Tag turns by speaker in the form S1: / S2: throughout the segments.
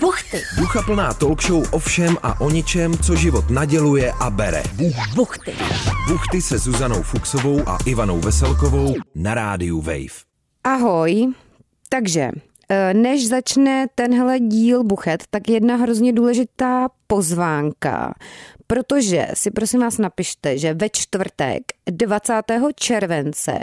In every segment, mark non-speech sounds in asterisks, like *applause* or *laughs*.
S1: Buchty.
S2: Ducha plná talk show o všem a o ničem, co život naděluje a bere.
S1: Buchty.
S2: Buchty se Zuzanou Fuxovou a Ivanou Veselkovou na rádiu Wave.
S3: Ahoj. Takže, eh, než začne tenhle díl buchet, tak jedna hrozně důležitá pozvánka. Protože si prosím vás napište, že ve čtvrtek 20. července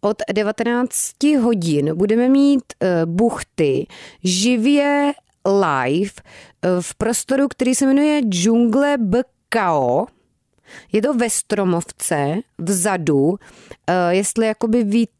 S3: od 19 hodin budeme mít eh, buchty živě live eh, v prostoru, který se jmenuje Džungle BKO. Je to ve Stromovce, vzadu, Eh, jestli jakoby víte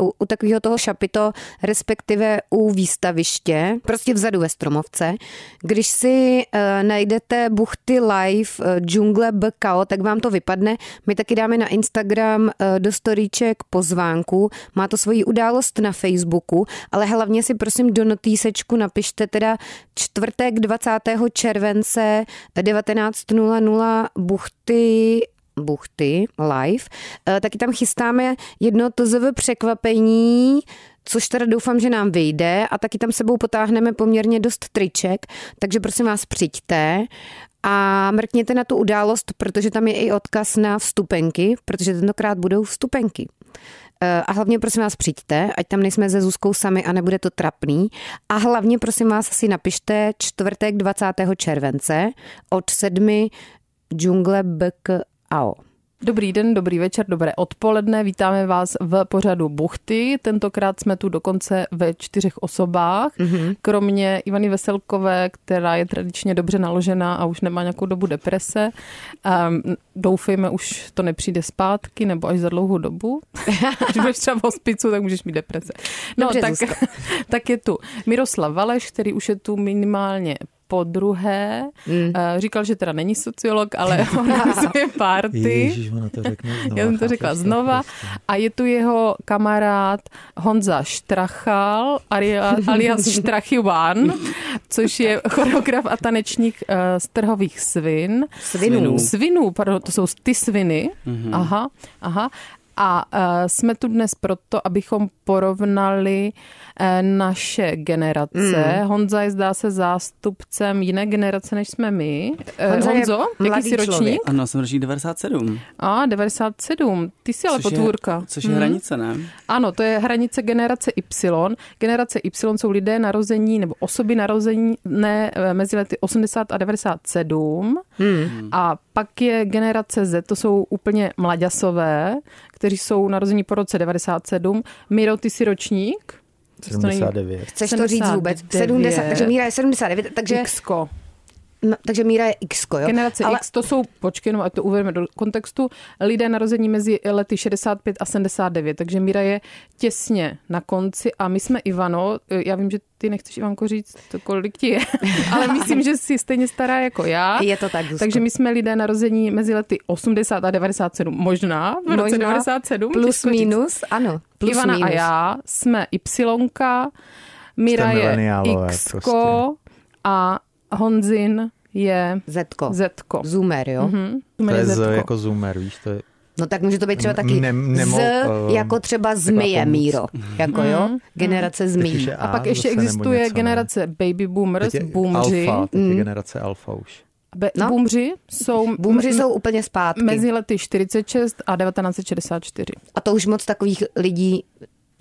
S3: u, u takového toho šapito, respektive u výstaviště, prostě vzadu ve Stromovce. Když si eh, najdete Buchty Live eh, Džungle BKO, tak vám to vypadne. My taky dáme na Instagram eh, do storíček pozvánku, má to svoji událost na Facebooku, ale hlavně si prosím do notýsečku napište teda čtvrtek 20. července 19.00 Buchty Buchty live, Eh, taky tam chystáme jedno TZV překvapení, což teda doufám, že nám vyjde a taky tam sebou potáhneme poměrně dost triček, takže prosím vás přijďte a mrkněte na tu událost, protože tam je i odkaz na vstupenky, protože tentokrát budou vstupenky. Eh, A hlavně prosím vás přijďte, ať tam nejsme se Zuzkou sami a nebude to trapný. A hlavně prosím vás si napište čtvrtek 20. července od 7 džungle BKAO.
S4: Dobrý den, dobrý večer, dobré odpoledne. Vítáme vás v pořadu Buchty. Tentokrát jsme tu dokonce ve čtyřech osobách. Mm-hmm. Kromě Ivany Veselkové, která je tradičně dobře naložená a už nemá nějakou dobu deprese. Um, doufejme, už to nepřijde zpátky nebo až za dlouhou dobu. Když budeš třeba v hospicu, tak můžeš mít deprese. No,
S3: Dobře,
S4: tak,
S3: Zuzko.
S4: *laughs* tak je tu Miroslav Valeš, který už je tu minimálně po druhé. Mm. Říkal, že teda není sociolog, ale *laughs* organizuje party.
S5: Ježíš, ona
S4: *laughs*
S5: to řekne
S3: No,
S5: znova.
S4: Já jsem to
S5: chápeš
S4: řekla znova.
S5: prostě.
S4: A je tu jeho kamarád Honza Štrachal, aria-
S3: *laughs*
S4: alias Štrachivan, což je choreograf a tanečník eh, z trhových svin.
S3: Svinů. Mhm.
S4: Svinů, pardon, to jsou ty sviny. Aha, aha. A uh, jsme tu dnes proto, abychom porovnali uh, naše generace.
S3: Hmm.
S4: Mm. Honza je zdá se zástupcem jiné generace, než jsme my. Eh,
S3: Honza je
S4: Honzo, jaký
S3: mladý
S4: jsi
S3: člověk.
S4: ročník?
S5: Ano, jsem ročník 97.
S4: A, 97. Ty jsi ale
S5: což je-
S4: potvůrka. Mhm.
S5: Což je hranice, ne?
S4: Ano, to je hranice generace Y. Generace Y jsou lidé narození nebo osoby narození ne, eh, mezi lety 80 a 97. Hmm. A pak je generace Z, to jsou úplně mlaďasové, kteří jsou narození po roce 97. Miro, ty jsi ročník? To není-
S5: 79.
S3: Chceš to říct vůbec? 70,
S4: 79.
S3: takže Míra je 79, takže,
S4: Xko.
S3: no, takže Míra je X, jo?
S4: Generace
S3: Ale
S4: Ale... X, to jsou, počkej, no, ať to uvedeme do kontextu, lidé narození mezi lety 65 a 79, takže Míra je těsně na konci a my jsme Ivano, eh, já vím, že ty nechceš Ivanko říct, to kolik ti je, *laughs* ale myslím, že jsi stejně stará jako já.
S3: Je to tak, Zuzko.
S4: Takže my jsme lidé narození mezi lety 80 a 97, možná, v roce
S3: možná
S4: 97.
S3: plus
S4: těžko říct.
S3: minus, ano, plus
S4: Ivana
S3: minus.
S4: a já jsme Ypsilonka, Mira je
S5: mileniálové
S4: Xko
S5: prostě.
S4: a Honzin je
S3: Zetko.
S4: Zetko. Mhm.
S3: Zoomer, jo? Mm-hmm.
S4: To
S5: To
S4: je
S5: je z,
S4: Zetko.
S5: jako zoomer, víš, to je...
S3: No tak může to být třeba taky
S5: Ne- nemo-
S3: z,
S5: eh,
S3: jako třeba zmije,
S5: pomoc. Mhm.
S3: Míro. Jako jo?
S4: Mhm.
S3: Generace
S5: Teď
S3: zmí.
S5: už je
S4: A pak ještě
S5: zase nebo
S4: existuje
S5: něco, ne?
S4: generace Mm. baby boomers,
S5: Teď je
S4: boomři.
S5: Alfa, teď je generace alfa už.
S4: Be-
S3: No.
S4: no. Boomři
S3: *laughs*
S4: jsou,
S3: Boomři
S4: m-
S3: jsou úplně zpátky.
S4: mezi lety 46 a 1964.
S3: A to už moc takových lidí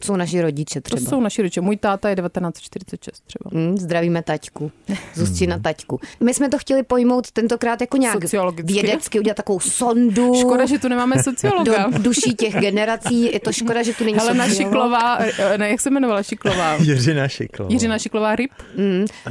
S3: jsou naši rodiče
S4: To
S3: třeba.
S4: jsou naši rodiče. Můj táta je 1946 třeba.
S3: Mm, zdravíme
S4: *laughs*
S3: taťku, Zuzčina taťku. My jsme to chtěli pojmout tentokrát jako nějak
S4: Sociologicky.
S3: vědecky, udělat takovou sondu
S4: Škoda, že tu nemáme sociologa.
S3: *laughs* do duší těch generací. Je to škoda, že tu není
S4: Helena
S3: sociolog.
S4: Šiklová, eh, ne, jak se jmenovala
S5: *laughs*
S4: Šiklová?
S5: Jiřina Šiklo.
S4: Jiřina Šiklová Ryb?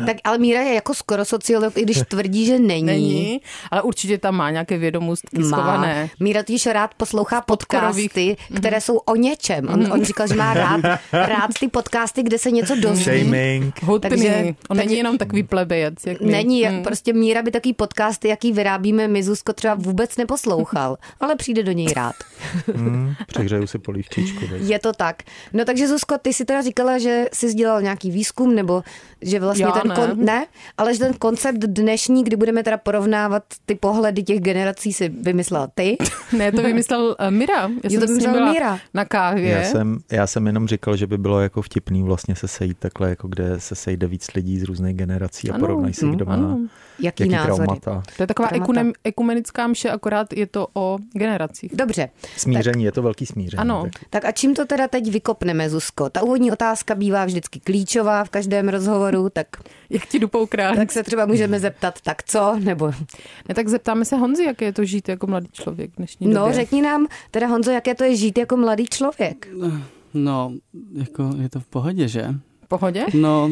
S3: Tak ale Míra je jako skoro sociolog, i když tvrdí, že není.
S4: Není, ale určitě tam má nějaké vědomostky
S3: Má.
S4: schované.
S3: Míra totiž rád poslouchá
S4: podkorových.
S3: podcasty, které jsou o něčem. On, on říkal, že má rád, rád ty podcasty, kde se něco dozví.
S4: *laughs*
S5: Shaming.
S4: Hutný.
S3: Takže-
S4: Takže, On
S3: takže-
S4: není jenom takový plebejec, jak my. Hmm.
S3: Není, jak prostě Míra by takový podcasty, jaký vyrábíme my, Zuzko, třeba vůbec neposlouchal, *laughs* ale přijde do něj rád.
S5: Přehřeju Mm. si polívčičku. veď.
S3: Je to tak. No takže Zuzko, ty si teda říkala, že jsi dělal nějaký výzkum, nebo že vlastně
S4: Já
S3: ten
S4: ne.
S3: Kon- ne, ale že ten koncept dnešní, kdy budeme teda porovnávat ty pohledy těch generací, si vymyslela ty.
S4: *laughs* Ne, to vymyslel eh, Mira. Já jsem
S3: to
S4: s ním
S3: vymyslel
S4: byla
S3: Mira.
S4: na kávě.
S5: Já jsem, já jsem jsem jenom říkal, že by bylo jako vtipný vlastně se sejít takhle, jako kde se sejde víc lidí z různých generací a
S4: Ano,
S5: porovnají si,
S3: no,
S5: kdo má
S4: Ano.
S3: Jaký,
S5: jaký
S3: názory?
S5: traumata.
S4: To je taková
S3: Traumata.
S4: ekunem, ekumenická mše, akorát je to o generacích. *laughs*
S3: Dobře,
S5: Smíření, je to velký smíření.
S4: Ano.
S5: tak.
S3: tak a čím to teda teď vykopneme, Zuzko? Ta úvodní otázka bývá vždycky klíčová v každém rozhovoru, tak,
S4: Jak ti dupou krán. Tak.
S3: tak se třeba můžeme zeptat, tak co? Nebo
S4: Ne, tak zeptáme se Honzi, jak je to žít jako mladý člověk v dnešní
S3: No,
S4: době.
S3: řekni nám, teda Honzo, jaké to je žít jako mladý člověk?
S1: No, jako je to v pohodě, že?
S4: V pohodě? *laughs*
S1: No,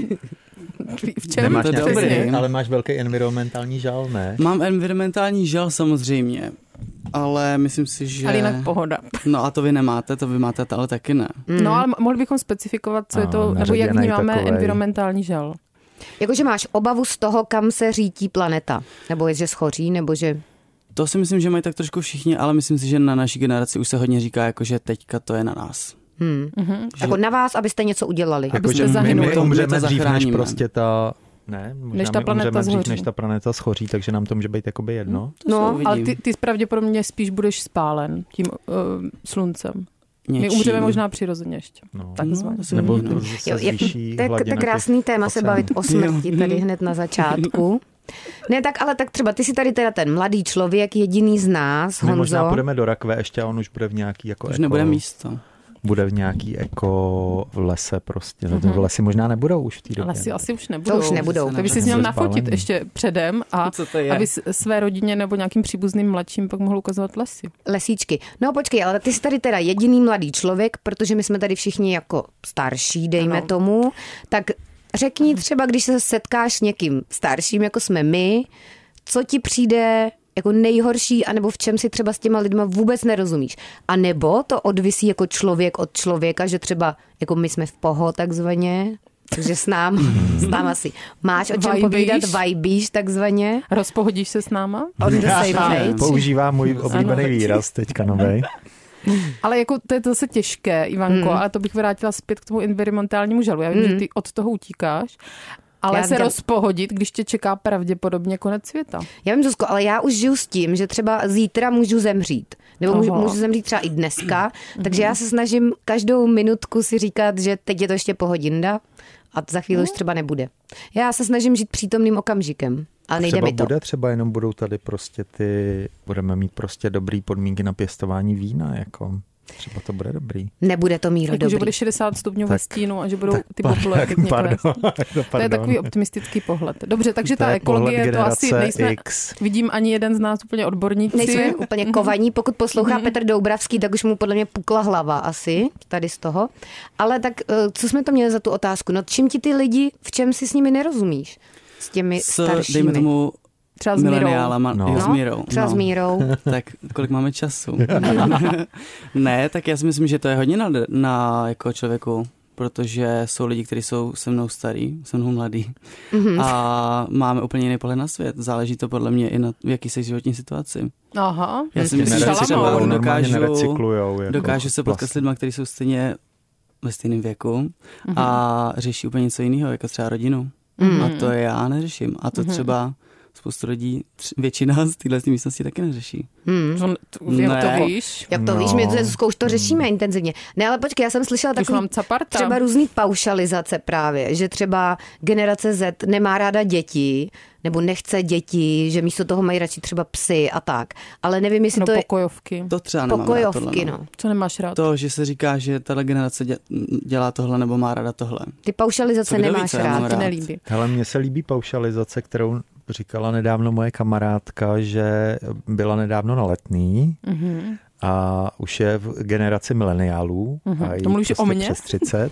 S4: V čem?
S5: Nemáš
S1: To je
S5: nějaký,
S1: dobrý.
S5: ale máš velký environmentální žal, ne?
S1: mám environmentální žal samozřejmě, ale myslím si, že...
S4: Ale jinak pohoda.
S1: No a to vy nemáte, to vy máte, ale taky ne.
S4: Mm. No, ale mo- mohli bychom specifikovat, co je
S5: A,
S4: to, nebo jak
S5: naředěnej
S4: vnímáme
S5: takovej.
S4: environmentální žal.
S3: Jakože máš obavu z toho, kam se řítí planeta. Nebo je, že schoří, nebo že...
S1: To si myslím, že mají tak trošku všichni, ale myslím si, že na naší generaci už se hodně říká, jako, že teďka to je na nás.
S3: Hmm.
S4: Mhm.
S3: Jako na vás, abyste něco udělali.
S4: Abyste
S5: Jakože my,
S4: zahynuli.
S5: my umřeme
S1: My to
S5: dřív, než
S1: zachráníme.
S5: prostě ta... Ne, možná
S4: Než ta
S5: my
S4: planeta
S5: umřeme dřív,
S4: zhoří.
S5: než ta planeta schoří, takže nám to může být jakoby jedno.
S1: To
S3: No,
S1: se uvidí.
S4: Ale ty, ty pravděpodobně spíš budeš spálen tím uh, sluncem. My
S1: Něčím.
S4: umřeme možná přirozeně ještě.
S5: No.
S4: Takzvaně.
S1: to se
S5: Nebo
S1: uvidí, no.
S5: se
S3: Hm. Jo, je,
S5: zvýší
S3: to je, to
S5: hladina
S3: je
S5: těch
S3: krásný téma se
S5: oceánů.
S3: bavit o smrti tady hned na začátku. Ne, tak ale tak třeba ty jsi tady teda ten mladý člověk, jediný z nás,
S5: My možná
S3: Honzo.
S5: půjdeme do rakve ještě a on už bude v nějaký jako
S1: Už
S5: eko,
S1: nebude místo.
S5: Bude v nějaký jako v lese prostě.
S3: Mhm.
S5: Mm-hmm. V lesy možná nebudou už v té době.
S4: Ale si asi už nebudou.
S3: To už nebudou.
S1: se
S4: To by si
S1: Nebudou
S4: měl
S5: spálený.
S4: nafotit ještě předem a
S1: Co to je?
S4: aby s- své rodině nebo nějakým příbuzným mladším pak mohl ukazovat lesy.
S3: Lesíčky. No počkej, ale ty jsi tady teda jediný mladý člověk, protože my jsme tady všichni jako starší, dejme ano.
S4: Ano.
S3: tomu. Tak řekni třeba, když se setkáš s někým starším, jako jsme my, co ti přijde jako nejhorší, anebo v čem si třeba s těma lidma vůbec nerozumíš. A nebo to odvisí jako člověk od člověka, že třeba jako my jsme v poho takzvaně, takže s nám, s náma si máš o čem
S4: Vibíš?
S3: povídat, vibíš takzvaně.
S4: Rozpohodíš se s náma?
S3: On the same page.
S5: Používá můj oblíbený výraz teďka novej.
S4: Ale jako to je to zase těžké, Ivanko, mm. ale to bych vrátila zpět k tomu environmentálnímu žalu. Já vím, mm. že ty od toho utíkáš, ale
S3: Já
S4: já se
S3: vím.
S4: rozpohodit, když tě čeká pravděpodobně konec světa.
S3: Já vím, Zuzko, ale já už žiju s tím, že třeba zítra můžu zemřít. Nebo můžu,
S4: Oho. Mhm.
S3: můžu zemřít třeba i dneska. takže já se snažím každou minutku si říkat, že teď je to ještě pohodinda a za chvíli už
S4: Mhm.
S3: třeba nebude. Já se snažím žít přítomným okamžikem. A nejde
S5: třeba
S3: mi to.
S5: bude, třeba jenom budou tady prostě ty, budeme mít prostě dobrý podmínky na pěstování vína, jako. Třeba to bude dobrý.
S3: Nebude to míro
S4: Jako, že
S3: dobrý.
S4: bude 60 stupňů ve
S5: Tak-
S4: stínu a že budou ty popole pěkně
S5: pardon,
S4: klést. To
S5: *laughs*
S4: je
S5: No, pardon.
S4: takový optimistický pohled. Dobře, takže
S5: To
S4: ta
S5: je pohled
S4: ekologie, to asi
S5: generace
S4: nejsme,
S5: X.
S4: vidím ani jeden z nás úplně odborníci.
S3: Nejsme úplně
S4: Mhm.
S3: kovaní. Pokud poslouchá Petr Doubravský, tak už mu podle mě pukla hlava asi tady z toho. Ale tak eh, co jsme to měli za tu otázku? No čím ti ty lidi, v čem si s nimi nerozumíš? S těmi
S1: S,
S3: staršími.
S1: dejme tomu,
S4: Třeba s Mirou.
S1: mileniálama,
S5: No.
S1: no. jo, s
S3: No,
S1: Mírou.
S3: třeba
S1: no.
S3: s Mírou.
S1: *laughs* Tak kolik máme času? ne, tak já si myslím, že to je hodně na, na jako člověku, protože jsou lidi, kteří jsou se mnou starý, se mnou mladý
S3: Mhm, Hmm.
S1: a máme úplně jiný pohled na svět. Záleží to podle mě i na v jaký se životní situaci.
S4: Jako Aha.
S1: Já si
S4: Ty
S1: myslím,
S4: jsi
S1: že
S4: šalamoun.
S1: třeba
S4: Normálně
S1: dokážu,
S5: nerecyklujou. Jako
S1: dokážu se potkat s
S5: vlastně.
S1: lidmi, kteří jsou stejně ve stejném věku a řeší úplně něco jiného, jako třeba rodinu.
S3: mhm,
S1: A to já neřeším. A to třeba spoustu lidí, tři- většina z téhle místnosti taky neřeší.
S3: Hmm.
S4: To, to, jak
S1: Ne.
S4: to víš?
S3: Jak to
S5: No.
S3: no. víš, my s Zuzkou už to
S1: Mm.
S3: řešíme intenzivně. Ne, ale počkej, já jsem slyšela
S4: Už
S3: takový
S4: mám caparta.
S3: třeba různý paušalizace právě, že třeba generace Z nemá ráda děti, nebo nechce děti, že místo toho mají radši třeba psy a tak. Ale nevím, jestli
S4: no,
S3: to je
S4: pokojovky.
S1: To třeba nemám rád tohle,
S3: pokojovky,
S1: no.
S3: no.
S4: Co nemáš rád?
S1: To, že se říká, že tahle generace dě- dělá tohle nebo má rada tohle.
S3: Ty paušalizace
S1: Co kdo ví,
S3: nemáš
S1: co já mám
S3: rád.
S4: Ti
S1: rád.
S4: nelíbí.
S5: Hele, mně se líbí paušalizace, kterou říkala nedávno moje kamarádka, že byla nedávno na letný
S4: Mhm.
S5: a už je v generaci mileniálů.
S4: Mhm.
S5: A jí
S4: To mluvíš
S5: prostě
S4: o mně?
S5: Přes 30.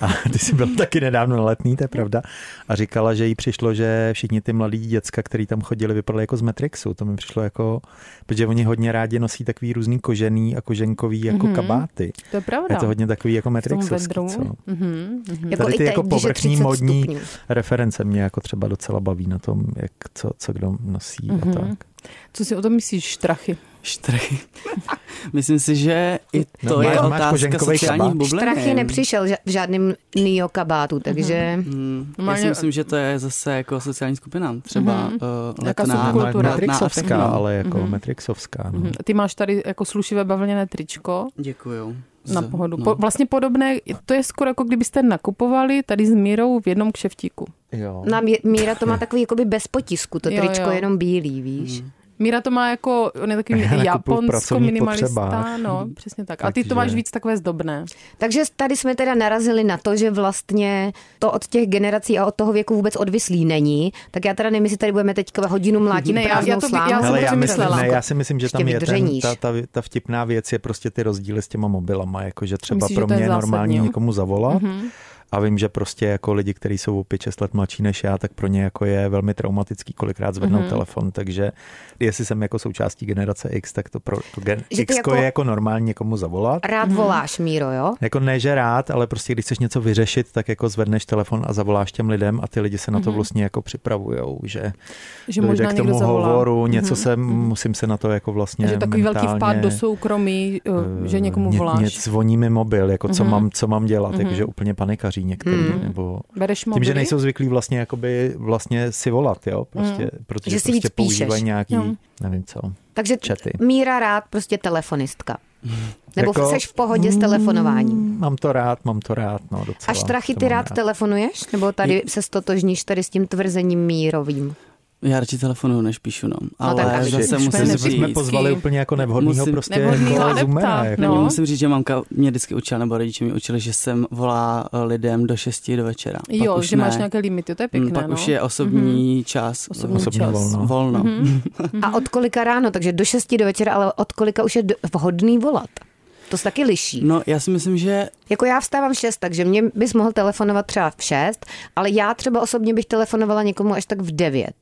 S5: A ty jsi byl taky nedávno na letný, to je pravda. A říkala, že jí přišlo, že všichni ty mladí děcka, který tam chodili, vypadali jako z Matrixu. To mi přišlo jako, protože oni hodně rádi nosí takový různý kožený a koženkový jako
S4: Mhm.
S5: kabáty.
S4: To je pravda.
S5: Je to hodně takový jako
S4: V tom
S5: Matrixovský,
S4: vedru.
S5: co?
S4: Mhm, mhm.
S3: Jako
S5: Tady
S3: i
S5: ty
S3: teď,
S5: jako
S3: když je
S5: povrchní
S3: 30
S5: modní-
S3: stupňů.
S5: reference mě jako třeba docela baví na tom, jak co, co kdo nosí mm-hmm. a
S4: Mhm.
S5: tak.
S4: Co si o tom myslíš, štrachy?
S1: Štrachy. *laughs* Myslím si, že i to
S5: No,
S1: je
S5: máš- máš
S1: otázka
S5: koženkovej
S1: sociálních
S5: kabát?
S1: bublin.
S3: Štrachy nepřišel ža- v žádném neo kabátu, takže
S1: Hmm. Já si
S4: Normálně-
S1: myslím, že to je zase jako sociální skupinám. Třeba
S4: Mhm.
S1: mm-hmm. uh,
S4: Jaká
S1: letná,
S4: subkultura?
S1: letná a
S5: Matrixovská,
S1: techno.
S5: ale jako
S4: Mhm.
S5: Matrixovská. No.
S4: Mhm. Ty máš tady jako slušivé bavlněné tričko
S1: Děkuju.
S4: na
S1: Z- no.
S4: pohodu.
S5: no.
S4: Po, vlastně podobné, to je skoro jako kdybyste nakupovali tady s Mírou v jednom kšeftíku.
S5: Jo.
S3: na Mí- Míra
S1: Mhm.
S3: to má takový jakoby bez potisku, to
S4: Jo,
S3: tričko
S4: jo.
S3: je jenom bílý, víš.
S4: Míra to má jako, on je takový
S5: Já nakupuju v
S4: japonsko
S5: pracovních
S4: minimalista,
S5: potřebách.
S4: no, přesně tak. A ty to
S5: Takže-
S4: máš víc takové zdobné.
S3: Takže tady jsme teda narazili na to, že vlastně to od těch generací a od toho věku vůbec odvislý není. Tak já teda nevím, jestli tady budeme teďka hodinu mlátit
S4: Ne, já- já
S3: prázdnou
S4: to-
S3: slámu.
S4: já jsem
S5: Hele,
S4: to
S5: já, myslím,
S4: přemyslela.
S5: ne, já si myslím, že
S3: Ještě
S5: tam je ten,
S3: vydrženíš.
S5: ta, ta, ta vtipná věc je prostě ty rozdíly s těma mobilama, jakože třeba
S4: Myslíš, že
S5: pro
S4: to je
S5: mě je
S4: zásadní, Mhm.
S5: normální
S4: jo?
S5: někomu zavolat mm-hmm. a vím, že prostě jako lidi, kteří jsou o 5-6 let mladší než já, tak pro ně jako je velmi traumatický kolikrát zvednout
S4: Mhm.
S5: mm-hmm. telefon, takže jestli jsem jako součástí generace X, tak to pro to gen,
S3: Že ty
S5: X
S3: jako-
S5: je jako normální někomu zavolat.
S3: Rád
S4: Mhm.
S3: voláš, Míro, jo?
S5: Jako ne, že rád, ale prostě když chceš něco vyřešit, tak jako zvedneš telefon a zavoláš těm lidem a ty lidi se na
S4: Mhm.
S5: to vlastně jako připravujou, že,
S4: Že
S5: dojde
S4: možná
S5: k
S4: někdo
S5: tomu
S4: zavolá.
S5: hovoru, něco se, musím se na to jako vlastně
S4: že takový velký vpád
S5: mentálně,
S4: do soukromí, eh,
S5: eh,
S4: že někomu
S5: ně-
S4: voláš. Mhm.
S5: Mě zvoní mi mobil, jako co, mám, co mám dělat, takže úplně panikaří některý, nebo...
S4: Bereš Mhm.
S5: Tím,
S4: mobily? Mhm.
S5: že nejsou zvyklí vlastně, jakoby vlastně si volat, jo, prostě, protože
S3: Že si víc píšeš.
S5: prostě používají nějaký,
S4: Jo.
S5: nevím co.
S3: Takže
S5: Čety.
S3: Míra rád prostě telefonistka. Nebo
S5: Jako-
S3: jsi v pohodě s telefonováním.
S5: Mm, Mám to rád, mám to rád, no docela.
S3: A štrachy
S5: to
S3: ty
S5: mám
S3: rád telefonuješ? Nebo tady se stotožníš tady s tím tvrzením mírovým?
S1: Já radši telefonuju, než píšu, no. Ale
S3: tak a
S1: no,
S3: vidíš,
S1: zase
S5: Jsme-
S1: musím
S5: jsme,
S4: nepříjemný.
S1: říct,
S5: jsme pozvali úplně jako nevhodnýho
S1: Musím-
S5: prostě
S4: nevhodnýho
S5: jako
S4: adepta,
S5: zoomera, jako.
S1: No.
S4: No.
S1: Musím říct, že mamka mě vždycky učila, nebo rodiče mě učili, že jsem volá eh, lidem do 6 do večera.
S4: Jo,
S1: pak už
S4: že máš
S1: ne.
S4: nějaké limity, to je
S1: Mm,
S4: pěkné,
S1: Pak
S4: no.
S1: už je osobní čas.
S4: Osobní
S5: Osobní
S4: čas.
S5: volno. No.
S1: Volno.
S4: Mhm.
S3: A od kolika ráno? Takže do 6 do večera, ale od kolika už je do- vhodný volat? To se taky liší.
S1: No, já si myslím, že
S3: Jako já vstávám v 6, takže mě bys mohl telefonovat třeba v 6, ale já třeba osobně bych telefonovala někomu až tak v 9.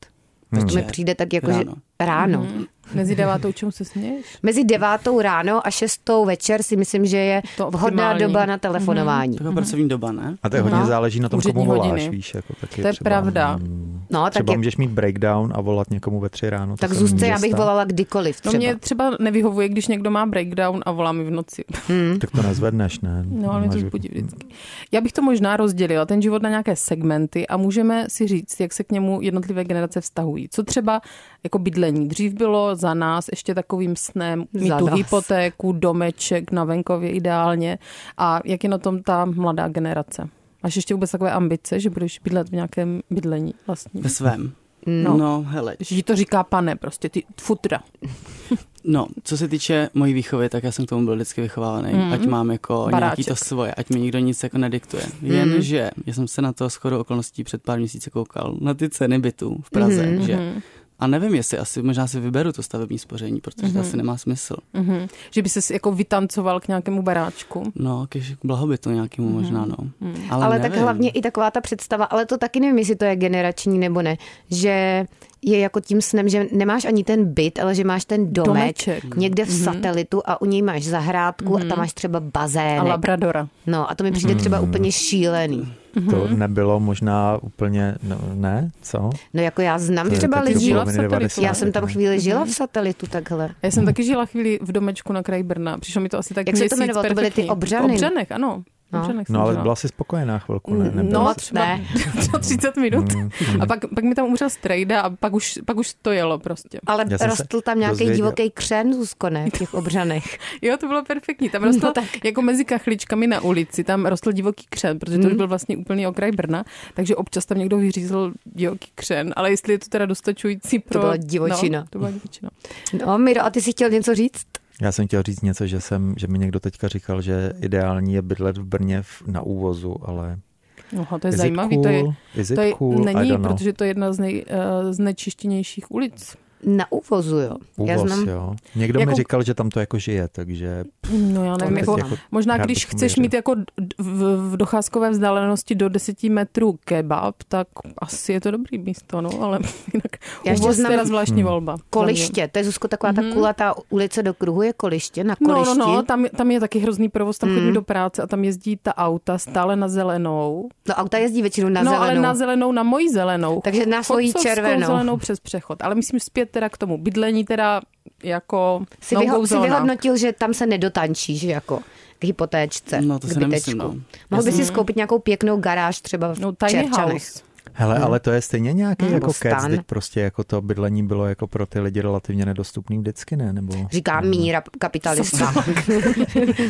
S3: Hmm. To mi
S1: Večer.
S3: přijde tak jako,
S1: Ráno.
S3: že ráno. Hmm.
S4: Mezi devátou, čemu se směješ?
S3: Mezi devátou ráno a šestou večer si myslím, že je
S4: To
S3: vhodná
S4: optimální. Hmm.
S3: doba na telefonování.
S1: taková pracovní doba, ne?
S5: A to je hodně
S4: No.
S5: záleží na tom,
S4: Úřední
S5: komu voláš,
S4: hodiny.
S5: víš. Jako, taky
S4: To je
S5: třeba,
S4: pravda.
S5: mm,
S3: No, tak,
S5: Třeba
S3: jak,
S5: můžeš mít breakdown a volat někomu ve tři ráno. to
S3: tak
S5: se
S3: Zuzce
S5: může
S3: já bych
S5: stát.
S3: volala kdykoliv
S4: No
S3: třeba.
S4: mě třeba nevyhovuje, když někdo má breakdown a volá mi v noci. *laughs*
S3: Hmm.
S5: Tak to nezvedneš, ne?
S4: No, ale mě to
S5: Máš-
S4: zbudí vždycky. Já bych to možná rozdělila, ten život na nějaké segmenty a můžeme si říct, jak se k němu jednotlivé generace vztahují. Co třeba jako bydlení. Dřív bylo za nás ještě takovým snem mít
S3: Za
S4: tu
S3: nás.
S4: hypotéku, domeček na venkově ideálně. A jak je na tom ta mladá generace? Máš ještě vůbec takové ambice, že budeš bydlet v nějakém bydlení vlastní?
S1: Ve svém.
S4: No.
S1: No, no hele.
S4: Že ti to říká pane, prostě ty futra.
S1: No, co se týče mojí výchovy, tak já jsem k tomu byl vždycky vychovávaný,
S4: Mhm.
S1: mm. ať mám jako
S4: Baráček.
S1: Baráček. nějaký to svoje, ať mi nikdo nic jako nediktuje. Jenže já jsem se na to shodou okolností před pár měsíci koukal, na ty ceny bytů v Praze, mm. že
S4: Mhm.
S1: a nevím, jestli asi, možná si vyberu to stavební spoření, protože to asi nemá smysl.
S4: Mhm. Že by ses jako vytancoval k nějakému baráčku. Mm.
S1: No, k k blahobytu nějakému možná, no. Ale,
S3: ale
S1: nevím.
S3: tak hlavně i taková ta představa, ale to taky nevím, jestli to je generační nebo ne, že je jako tím snem, že nemáš ani ten byt, ale že máš ten domek
S4: Domeček.
S3: Mm-hmm. někde v
S4: Mm-hmm.
S3: satelitu a u něj máš zahrádku a tam máš třeba
S4: A
S3: bazének.
S4: Labradora.
S3: No a to mi
S4: Mm-hmm.
S3: přijde třeba úplně šílený.
S5: To
S3: Mhm.
S5: nebylo možná úplně, no, ne? Co?
S3: No jako já znám
S5: To je
S3: třeba
S5: taky do
S3: lidi,
S4: žila No. v
S5: poloviny
S4: satelitu.
S5: 90.
S3: já jsem tam
S5: ne?
S3: chvíli žila v
S4: Mm-hmm.
S3: satelitu takhle.
S4: Já jsem taky žila chvíli v domečku na kraji Brna. Přišlo mi to asi tak
S3: Mm. Jak se to
S4: měsíc,
S3: jmenovalo? To byly ty
S4: perfektní.
S3: Obřany?
S4: V Obřanech, ano. V
S3: No.
S4: Obřanech jsem
S5: No ale
S4: žila. *laughs*
S5: byla jsi spokojená chvilku, ne? Nebyla
S4: no,
S5: jsi-
S4: třeba,
S3: Ne.
S4: třeba 30 minut.
S5: Mm.
S4: A pak, pak mi tam umřel strejda a pak už, pak už to jelo prostě.
S3: Ale
S5: Já jsem se
S3: rostl tam nějaký
S5: dozvěděl.
S3: divoký křen, Zuzko, ne, v těch obřanech.
S4: Jo, to bylo perfektní. Tam *laughs* rostl no, tak. jako mezi kachličkami na ulici, tam rostl divoký křen, protože
S3: Mm.
S4: to už byl vlastně úplný okraj Brna, takže občas tam někdo vyřízl divoký křen, ale jestli je to teda dostačující pro...
S3: byla divočina.
S4: No, to byla divočina.
S3: No, Miro, a ty jsi chtěl něco říct?
S5: Já jsem chtěl říct něco, že, jsem, že mi někdo teďka říkal, že ideální je bydlet v Brně v, na úvozu, ale
S4: Oha, to je
S5: Is it
S4: zajímavý. To je,
S5: cool? Is it
S4: to je,
S5: cool? I
S4: není,
S5: don't know.
S4: protože to je jedna z nej, uh, znečištěnějších ulic.
S3: Na úvozu, jo. já
S5: úvoz,
S3: znám,
S5: jo. Někdo
S4: Jako-
S5: mi říkal, že tam to jako žije, takže
S4: No já nevím,
S5: teď
S4: jako,
S5: jako
S4: možná
S5: rád
S4: když
S5: bychom
S4: chceš
S5: věřili.
S4: mít jako d- v, v docházkové vzdálenosti do 10 metrů kebab, tak asi je to dobrý místo, no, ale *laughs* jinak
S3: Já ještě
S4: uvoz
S3: znám-
S4: teda zvláštní
S5: Hmm.
S4: volba.
S3: Koliště, to je Zuzko taková ta kulatá ulice do kruhu, je koliště na
S4: Mm-hmm. No,
S3: kolišti. Hmm.
S4: no, no, tam, tam je taky hrozný provoz, tam chodím do práce a tam jezdí ta auta stále na zelenou.
S3: no auta jezdí většinou na
S4: no,
S3: zelenou.
S4: ale na zelenou, na moji zelenou.
S3: Takže na svoji
S4: Chodcovskou
S3: červenou.
S4: zelenou přes přechod, ale myslím zpět teda k tomu bydlení teda jako
S3: Si,
S4: no
S3: vyho-
S4: go
S3: si
S4: zóna.
S3: vyhodnotil, že tam se nedotančíš jako k hypotéčce,
S1: No, to
S3: k
S1: si nemyslím,
S3: bytečku.
S1: no.
S3: Mohl by si skoupit nějakou pěknou garáž třeba v
S4: No tiny
S3: Čerčanech.
S4: house.
S5: Hele, ale to je stejně nějaký
S3: Hmm. Nebo
S5: jako kec,
S3: stan.
S5: teď prostě jako to bydlení bylo jako pro ty lidi relativně nedostupný vždycky, ne? Nebo... Hmm.
S3: Říká
S4: No.
S3: míra kapitalista. *laughs*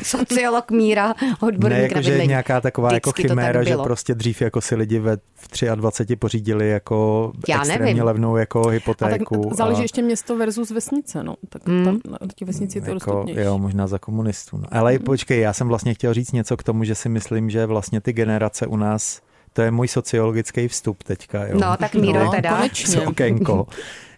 S3: Sociolog míra, odborník
S5: Ne, jako,
S3: na
S5: že je
S3: bydlení.
S5: nějaká taková
S3: Vždycky
S5: jako
S3: to tak
S5: chiméra, že
S3: bylo.
S5: prostě dřív jako si lidi ve 23 pořídili jako
S3: Já
S5: extrémně
S3: nevím.
S5: levnou jako
S4: A tak
S5: hypotéku.
S4: záleží ještě město versus vesnice, no. Tak
S3: Mm.
S4: tam na té vesnici je to
S5: jako,
S4: dostupnější.
S5: jo, možná za komunistů. No. Ale
S3: Hmm.
S5: počkej, já jsem vlastně chtěl říct něco k tomu, že si myslím, že vlastně ty generace u nás, to je můj sociologický vstup teďka. Jo?
S3: No, tak Míro
S4: no,
S3: teda.
S4: konečně.
S5: Co okénko.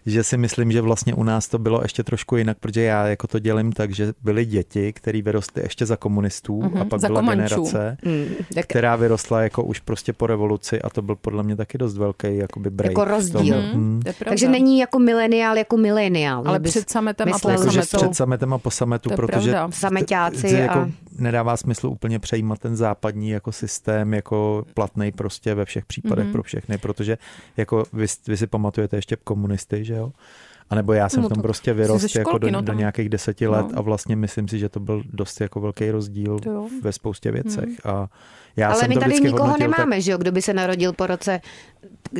S5: Že si myslím, že vlastně u nás to bylo ještě trošku jinak, protože já jako to dělím tak, že byly děti, které vyrostly ještě za komunistů
S4: Mhm,
S5: a pak
S4: za
S5: byla
S4: komančů.
S5: generace,
S3: Mm, tak,
S5: která vyrostla jako už prostě po revoluci a to byl podle mě taky dost velký jakoby break.
S3: Jako
S5: v tom.
S3: rozdíl.
S5: Mhm.
S4: To je pravda.
S3: takže není jako mileniál, jako mileniál.
S4: Ale
S3: Kdyby
S4: před sametem a po
S3: myslel,
S5: Jako, že
S4: sametou.
S5: před sametem a po sametu,
S4: To je
S5: protože
S4: pravda.
S3: Sameťáci
S5: t-
S3: a-
S5: jako nedává smysl úplně přejímat ten západní jako systém jako platný prostě ve všech
S3: Mhm.
S5: případech mm-hmm. pro všechny, protože jako vy, vy si pamatujete ještě komunisty, že jo? A nebo já jsem
S4: No
S5: v tom
S4: to-
S5: prostě
S4: ze
S5: vyrost
S4: školky,
S5: jako do,
S4: no,
S5: do
S4: tam-
S5: nějakých deseti let
S4: no.
S5: a vlastně myslím si, že to byl dost jako velký rozdíl
S4: To jo.
S5: ve spoustě věcech. A já
S3: Mhm. Ale
S5: jsem
S3: my
S5: to
S3: tady
S5: vždycky
S3: nikoho
S5: hodnotil tak-
S3: nemáme, že jo, kdo by se narodil po roce.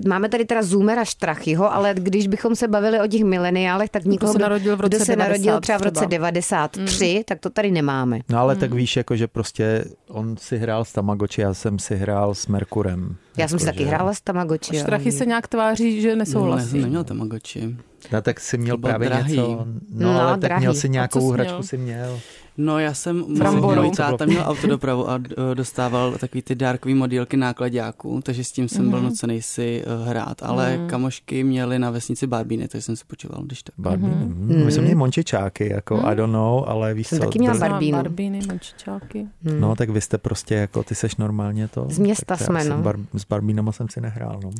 S3: Máme tady teda Zoomera Štrachyho, ale když bychom se bavili o těch mileniálech, tak nikoho,
S4: se
S3: kdo-
S4: narodil v
S3: kdo
S4: roce
S3: se narodil
S4: 90
S3: třeba v roce
S4: třeba. Hmm.
S3: 93, tak to tady nemáme.
S5: No ale
S3: Mhm.
S5: tak víš, jako že prostě on si hrál s Tamagoči, já jsem si hrál s Merkurem.
S3: Já jsem si
S5: Jako,
S3: taky
S5: že-
S3: hrála s Tamagotchi.
S4: Štrachy se nějak tváří, že
S1: No, já jsem
S4: nesouhlasí.
S1: neměl Tamagotchi.
S5: No tak si měl
S1: To byl
S5: právě
S1: drahý.
S5: něco. No,
S3: No,
S5: ale tak
S3: drahý.
S5: měl si
S4: A co
S5: nějakou
S4: jsi
S5: hračku
S4: měl?
S5: si měl.
S1: No já jsem,
S4: Bramboru.
S1: můj táta měl autodopravu a eh, dostával takový ty dárkový modílky nákladňáků, takže s tím jsem byl nucený si eh, hrát, ale kamošky měly na vesnici barbíny, takže jsem si počíval, když tak.
S5: Barbie. Mm-hmm.
S1: Mhm.
S5: My jsme měli mončičáky, jako I don't know, ale víš
S3: Jsem
S5: co.
S3: taky měla
S5: byl-
S3: bar- Barbínu.
S4: Barbíny, mančičáky.
S5: No tak vy jste prostě jako, ty seš normálně to.
S3: Z města
S5: tak já
S3: jsme,
S5: jsem
S3: no.
S5: Bar- s Barbínama jsem si nehrál, no.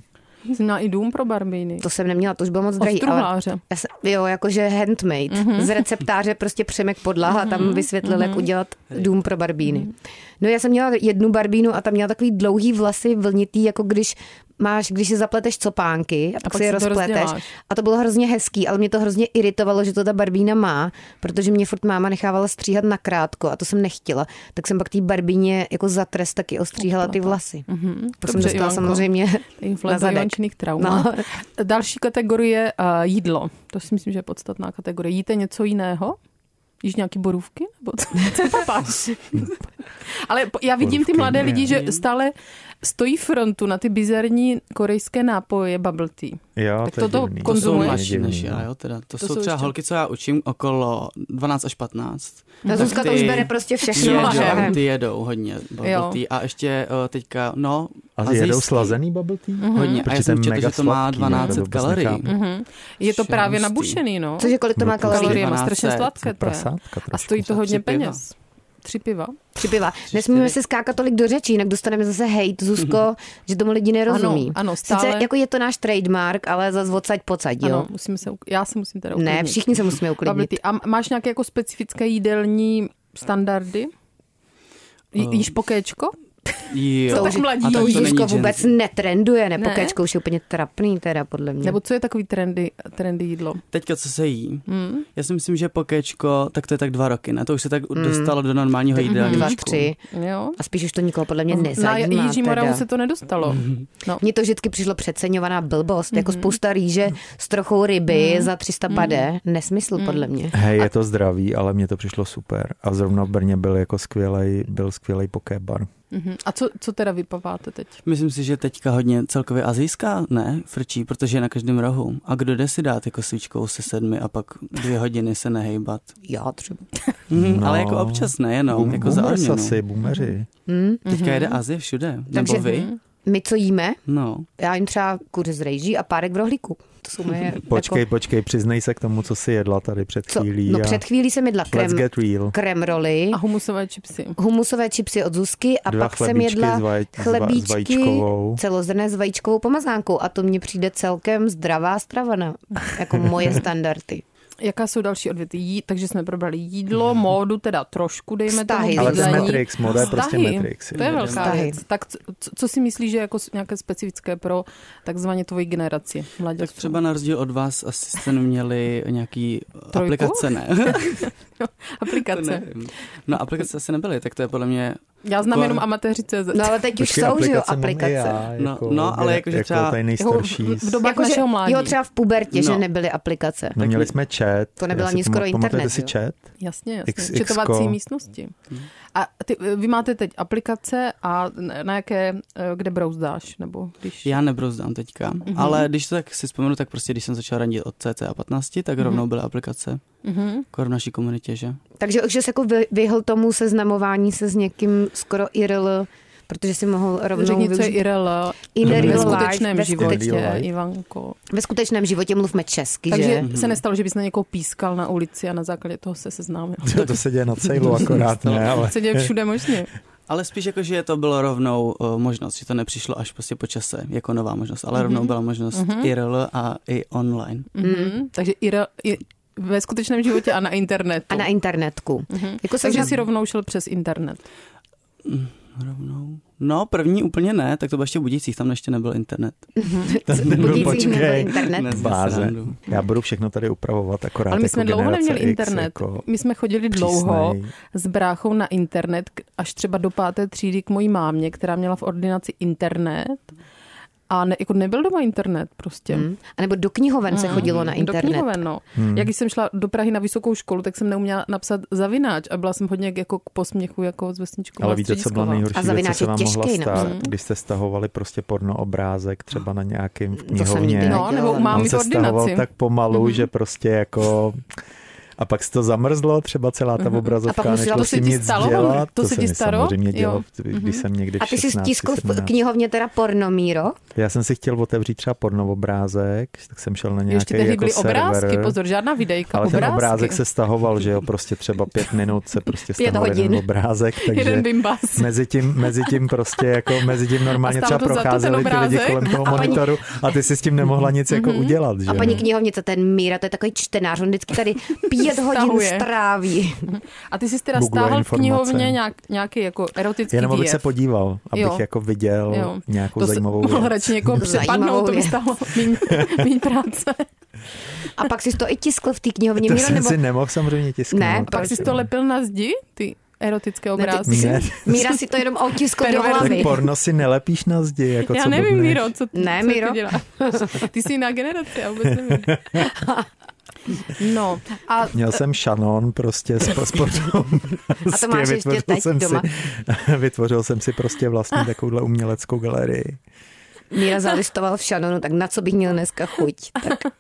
S4: Zná i dům pro Barbíny.
S3: To jsem neměla, to už bylo moc drahý. Ale
S4: Ostruháře.
S3: já jsem, jo, jakože handmade. Mm-hmm. Z receptáře prostě Přemek Podlaha tam vysvětlil, mm-hmm. jak udělat dům pro barbíny. Mm-hmm. No já jsem měla jednu barbínu a tam měla takový dlouhý vlasy vlnitý, jako když máš, když si zapleteš copánky a pak,
S4: pak
S3: si je
S4: si to
S3: rozpleteš.
S4: rozděláš.
S3: A to bylo hrozně hezký, ale mě to hrozně iritovalo, že to ta barbína má, protože mě furt máma nechávala stříhat na krátko a to jsem nechtěla. Tak jsem pak té barbíně jako za trest taky ostříhala ty vlasy. Mm-hmm. Pak jsem
S4: Dobře,
S3: dostala
S4: Ivanko.
S3: samozřejmě na
S4: Influenza
S3: zadek.
S4: ivančných traumat.
S3: No.
S4: No. *laughs* Další kategorie je uh, jídlo. To si myslím, že je podstatná kategorie. Jíte něco jiného? Jíš nějaký borůvky? Nebo *laughs* co, co papáš? Ale po- já vidím ty
S5: Borůvky,
S4: mladé
S5: ne.
S4: lidi, že stále stojí frontu na ty bizarní korejské nápoje bubble tea.
S5: Jo,
S4: Tak
S5: to je
S4: toto
S5: divný. no.
S1: To jsou
S4: Konzumuješ?
S1: mladší než já, jo, teda. To, to jsou,
S4: jsou
S1: třeba
S4: ještě-
S1: holky, co já učím, okolo 12 až 15.
S3: No, Zuzka to už bere prostě všechno.
S1: Jedou,
S4: Šlahem.
S1: ty jedou hodně bubble
S4: Jo.
S1: tea. A ještě eh, teďka, no,
S5: A jedou
S1: asijský.
S5: slazený bubble tea? Mm-hmm.
S1: Hodně. A já jsem četl, že to má 12 kalorií.
S4: Mhm. Je to právě
S1: Šelmstý.
S4: nabušený, no.
S3: Cože, kolik to má
S5: No, to
S3: kalorie?
S4: Kalorie má
S1: 1200.
S4: strašně sladké. To je.
S5: Prasátka trošku.
S4: A stojí to hodně
S1: Tři piva.
S4: peněz. Tři piva.
S3: Tři Mhm. piva. Nesmíme
S1: čtyři.
S3: se skákat tolik do řečí, jinak dostaneme zase hejt, Zuzko, že tomu lidi nerozumí.
S4: Ano, ano, stále-
S3: Sice jako je to náš trademark, ale zase odsaď pocať, jo?
S4: Ano, musíme se, uk- já se musím teda uklidnit.
S3: ne, všichni se musíme
S4: Bubble
S3: uklidnit.
S4: tea. A m- máš nějaké jako specifické jídelní standardy?
S3: Eh,
S4: J- jíš pokéčko?
S1: Jo.
S4: To tak
S3: už-
S4: mladí.
S1: A
S4: tak
S3: to už
S1: to není
S3: Zuzko
S1: Gen Z.
S3: vůbec netrenduje, ne?
S4: Ne.
S3: Pokečko už je úplně trapný teda, podle mě.
S4: Nebo co je takový trendy, trendy jídlo?
S1: Teďka, co se jí?
S4: Hmm.
S1: Já si myslím, že pokéčko, tak to je tak dva roky, ne? To už se tak dostalo do normálního
S4: Mhm.
S1: jídelníčku.
S3: dva, tři. No,
S4: Jo?
S3: A spíš už to nikoho podle mě
S4: Na
S3: nezajímá.
S4: Jižní Moravu
S3: teda.
S4: se to nedostalo.
S3: *laughs*
S4: No.
S3: Mně to vždycky přišlo přeceňovaná blbost, jako spousta rýže s trochou ryby za 300 pade. Nesmysl podle mě.
S5: Hej, je to zdravý, ale mně to přišlo super. A zrovna v Brně byl jako skvělej, byl skvělej pokébar.
S4: Mhm. A co, co teda vypaváte teď?
S1: Myslím si, že teďka hodně celkově azijská, ne, frčí, protože je na každém rohu. A kdo jde si dát jako svíčkou se sedmi a pak dvě hodiny se nehejbat.
S3: Já třeba.
S1: Mhm,
S5: No.
S1: Ale jako občas ne, jenom, jako za
S5: Boomers
S1: odměnu.
S5: asi, boomeři.
S4: Mhm.
S1: Teďka jede Azie všude.
S3: Takže-
S1: Nebo vy?
S3: Hm? My co jíme?
S1: No.
S3: Já jim třeba kuře z rejží a párek v rohlíku. To jsou
S5: *laughs*
S3: moje...
S5: Počkej,
S3: jako,
S5: počkej, přiznej se k tomu, co si jedla tady před
S3: co?
S5: chvílí.
S3: No
S5: a-
S3: před chvílí jsem jedla
S5: Let's
S3: krem,
S5: get real.
S3: krem roly,
S4: A humusové čipsy.
S3: humusové čipsy od Zuzky a
S5: Dva
S3: pak jsem
S5: chlebíčky
S3: jedla
S5: s vaj- s va- s
S3: chlebíčky
S5: vajíčkovou.
S3: celozrné s
S5: *laughs*
S3: vajíčkovou pomazánkou a to mně přijde celkem zdravá strava na jako moje standardy.
S4: Jaká jsou další odvětví? Jí, takže jsme probrali jídlo, módu, teda trošku, dejme
S3: Mhm. Vztahy.
S4: tomu
S5: Ale to je
S4: bydlení.
S5: Matrix, moda je prostě
S4: Vztahy.
S5: Matrix.
S4: To je velká
S3: Vztahy.
S4: věc. Tak co, co- co si myslíš, že je jako s- nějaké specifické pro takzvaně tvoji generaci
S1: Tak
S4: mladých?
S1: třeba na rozdíl od vás asi jste neměli nějaký
S4: Trojku?
S1: aplikace, ne? To
S4: *laughs* aplikace.
S1: *laughs* nevím. No aplikace asi nebyly, tak to je podle mě...
S4: Já znám
S1: Ko-
S4: jenom amatéři CZ.
S3: No ale teď už jsou, že jo, aplikace.
S1: No, no, ale jakože
S5: jako
S1: třeba-
S5: tady
S4: Jako
S5: nejstarší.
S4: v, v dobách
S3: Jako, že-
S4: našeho mládí.
S3: jo, třeba v pubertě, že
S1: No.
S3: nebyly aplikace.
S5: No, měli jsme chat.
S3: To nebyl
S5: Já si
S3: ani skoro
S5: pamat- Pamatujete
S3: internet,
S5: si
S3: jo?
S5: chat?
S4: *laughs*
S5: *laughs*
S4: Jasně, jasně.
S5: X- Hmm.
S4: Četovací
S5: Xko.
S4: místnosti. A ty, vy máte teď aplikace a na- na jaké, eh, kde brouzdáš? Nebo když...
S1: Já nebrouzdám teďka, mm-hmm. ale když to tak si vzpomenu, tak prostě když jsem začal randit od cca 15, tak rovnou byly aplikace.
S4: Mhm.
S1: Kor v naší komunitě, že?
S3: Takže že se jako vy- vyhl tomu seznamování se s někým skoro IRL, protože si mohl rovnou
S4: Řekni, co je
S3: využít.
S4: IRL
S3: In the
S5: Mhm.
S4: ve
S3: real life,
S4: skutečném
S3: ve,
S4: životě,
S3: skutečném,
S5: Real life.
S4: Ivanko.
S3: ve skutečném životě mluvme česky,
S4: Takže
S3: že?
S4: se nestalo, že bys na někoho pískal na ulici a na základě toho se seznámil.
S5: *laughs* To, to se děje
S3: *laughs*
S5: na cejlu akorát, ne, ale
S4: Se děje všude možně.
S1: Ale spíš jako, že to bylo rovnou uh, možnost, že to nepřišlo až prostě po čase, jako nová možnost, ale rovnou byla možnost IRL a i online.
S3: Mm.
S4: Mhm. Takže IRL, i, ve skutečném životě a na internetu.
S3: A na internetku.
S4: Mhm.
S3: Jako jsem
S4: Takže
S3: na-
S4: si rovnou šel přes internet.
S1: Rovnou. No, první úplně ne, tak to bylo ještě v budících, tam ještě nebyl internet.
S3: *laughs*
S5: ten
S3: Budící
S5: nebyl,
S3: nebyl
S5: počkej.
S3: internet.
S1: Ne,
S5: Báze.
S1: srandu.
S5: Já budu všechno tady upravovat akorát
S4: Ale my
S5: jako
S4: jsme dlouho
S5: generace
S4: neměli
S5: X,
S4: internet.
S5: Jako
S4: My jsme chodili dlouho
S5: přísnej.
S4: s bráchou na internet, k- až třeba do páté třídy k mojí mámě, která měla v ordinaci internet. A ne, jako nebyl doma internet prostě.
S3: Hm. A nebo do knihoven se chodilo na
S4: Do
S3: internet.
S4: knihoven, no. Hmm. Jak když jsem šla do Prahy na vysokou školu, tak jsem neuměla napsat zavináč a byla jsem hodně jako k posměchu jako z vesničku.
S5: Ale víte, co byla
S3: A
S5: nejhorší věc, co
S3: zavináč
S5: se
S3: je
S5: vám mohla
S3: těžký no. Mm. napsat.
S5: stát, když jste stahovali prostě porno obrázek třeba na nějakým v
S3: To jsem nikdy
S5: knihovně.
S4: No, nebo
S3: nedělala.
S4: u mámy
S5: On
S4: v
S5: se stahoval
S4: ordinaci. Mhm.
S5: tak pomalu, že prostě jako... A pak se to zamrzlo, třeba celá
S4: Mhm.
S5: ta
S3: A pak
S5: obrazovka,
S3: musela-
S5: nešlo
S3: to
S5: s
S4: se
S5: tím
S4: ti
S5: nic
S4: stalo?
S5: dělat.
S4: To se ti
S5: mi
S4: stalo?
S5: samozřejmě
S4: Jo. Mhm.
S5: dělo, když jsem někdy v
S3: A ty jsi
S5: 16,
S3: stiskl v
S5: 17.
S3: knihovně teda pornomíro?
S5: Já jsem si chtěl otevřít třeba porno obrázek, tak jsem šel na nějaký
S4: Ještě tehdy
S5: jako
S4: byly
S5: server.
S4: obrázky, pozor, žádná videjka,
S5: Ale ten
S4: obrázky.
S5: obrázek se stahoval, že jo, prostě třeba pět minut se prostě stahoval
S3: hodin.
S5: jeden obrázek,
S4: *laughs*
S5: takže
S4: Jeden bimbas.
S5: mezi tím, mezi tím prostě jako mezi tím normálně
S4: A stálo
S5: třeba
S4: to za to ten
S5: procházeli ty lidi
S4: obrázek? Mhm.
S5: kolem toho monitoru a ty si s tím nemohla nic jako udělat, že
S3: A
S5: jo.
S3: paní knihovnice, ten Míra, to je takový čtenář, on vždycky
S4: *laughs*
S3: tady pět hodin
S4: Stahuje.
S3: stráví.
S4: A ty jsi teda
S5: Google
S4: stáhl v
S5: informace.
S4: knihovně nějak, nějaký jako erotický
S5: Jenom abych
S4: výjev.
S5: se podíval, abych
S4: Jo.
S5: jako viděl
S4: Jo.
S5: nějakou
S4: to se- *laughs*
S5: zajímavou
S4: mohl
S5: věc.
S4: radši někoho
S3: Zajímavou
S4: přepadnout, to by
S3: věc.
S4: stálo míň, míň *laughs* práce.
S3: A pak jsi to i tiskl v té knihovně,
S5: To
S3: Míro,
S5: jsem
S3: nebo...
S5: si nemohl samozřejmě tisknout.
S3: Ne,
S4: A pak jsi to lepil na zdi, ty erotické obrázky.
S5: Ne.
S3: Míra si to jenom otiskl do
S4: Perverzní.
S5: tak
S3: hlavy.
S5: porno si nelepíš na zdi, jako
S4: Já
S5: co
S4: nevím,
S5: blbneš.
S4: Miro, co,
S3: Ne,
S4: co
S3: Miro.
S4: ty děláš. Ty jsi jiná generace, já vůbec *laughs* nevím. No, a
S5: Měl jsem šanon prostě s pasportem.
S3: A to máš ještě teď
S5: jsem
S3: doma.
S5: Si, *laughs* vytvořil jsem si prostě vlastní takovouhle uměleckou galerii.
S3: Míra zalistoval v šanonu, tak na co bych měl dneska chuť? Tak.
S4: *laughs*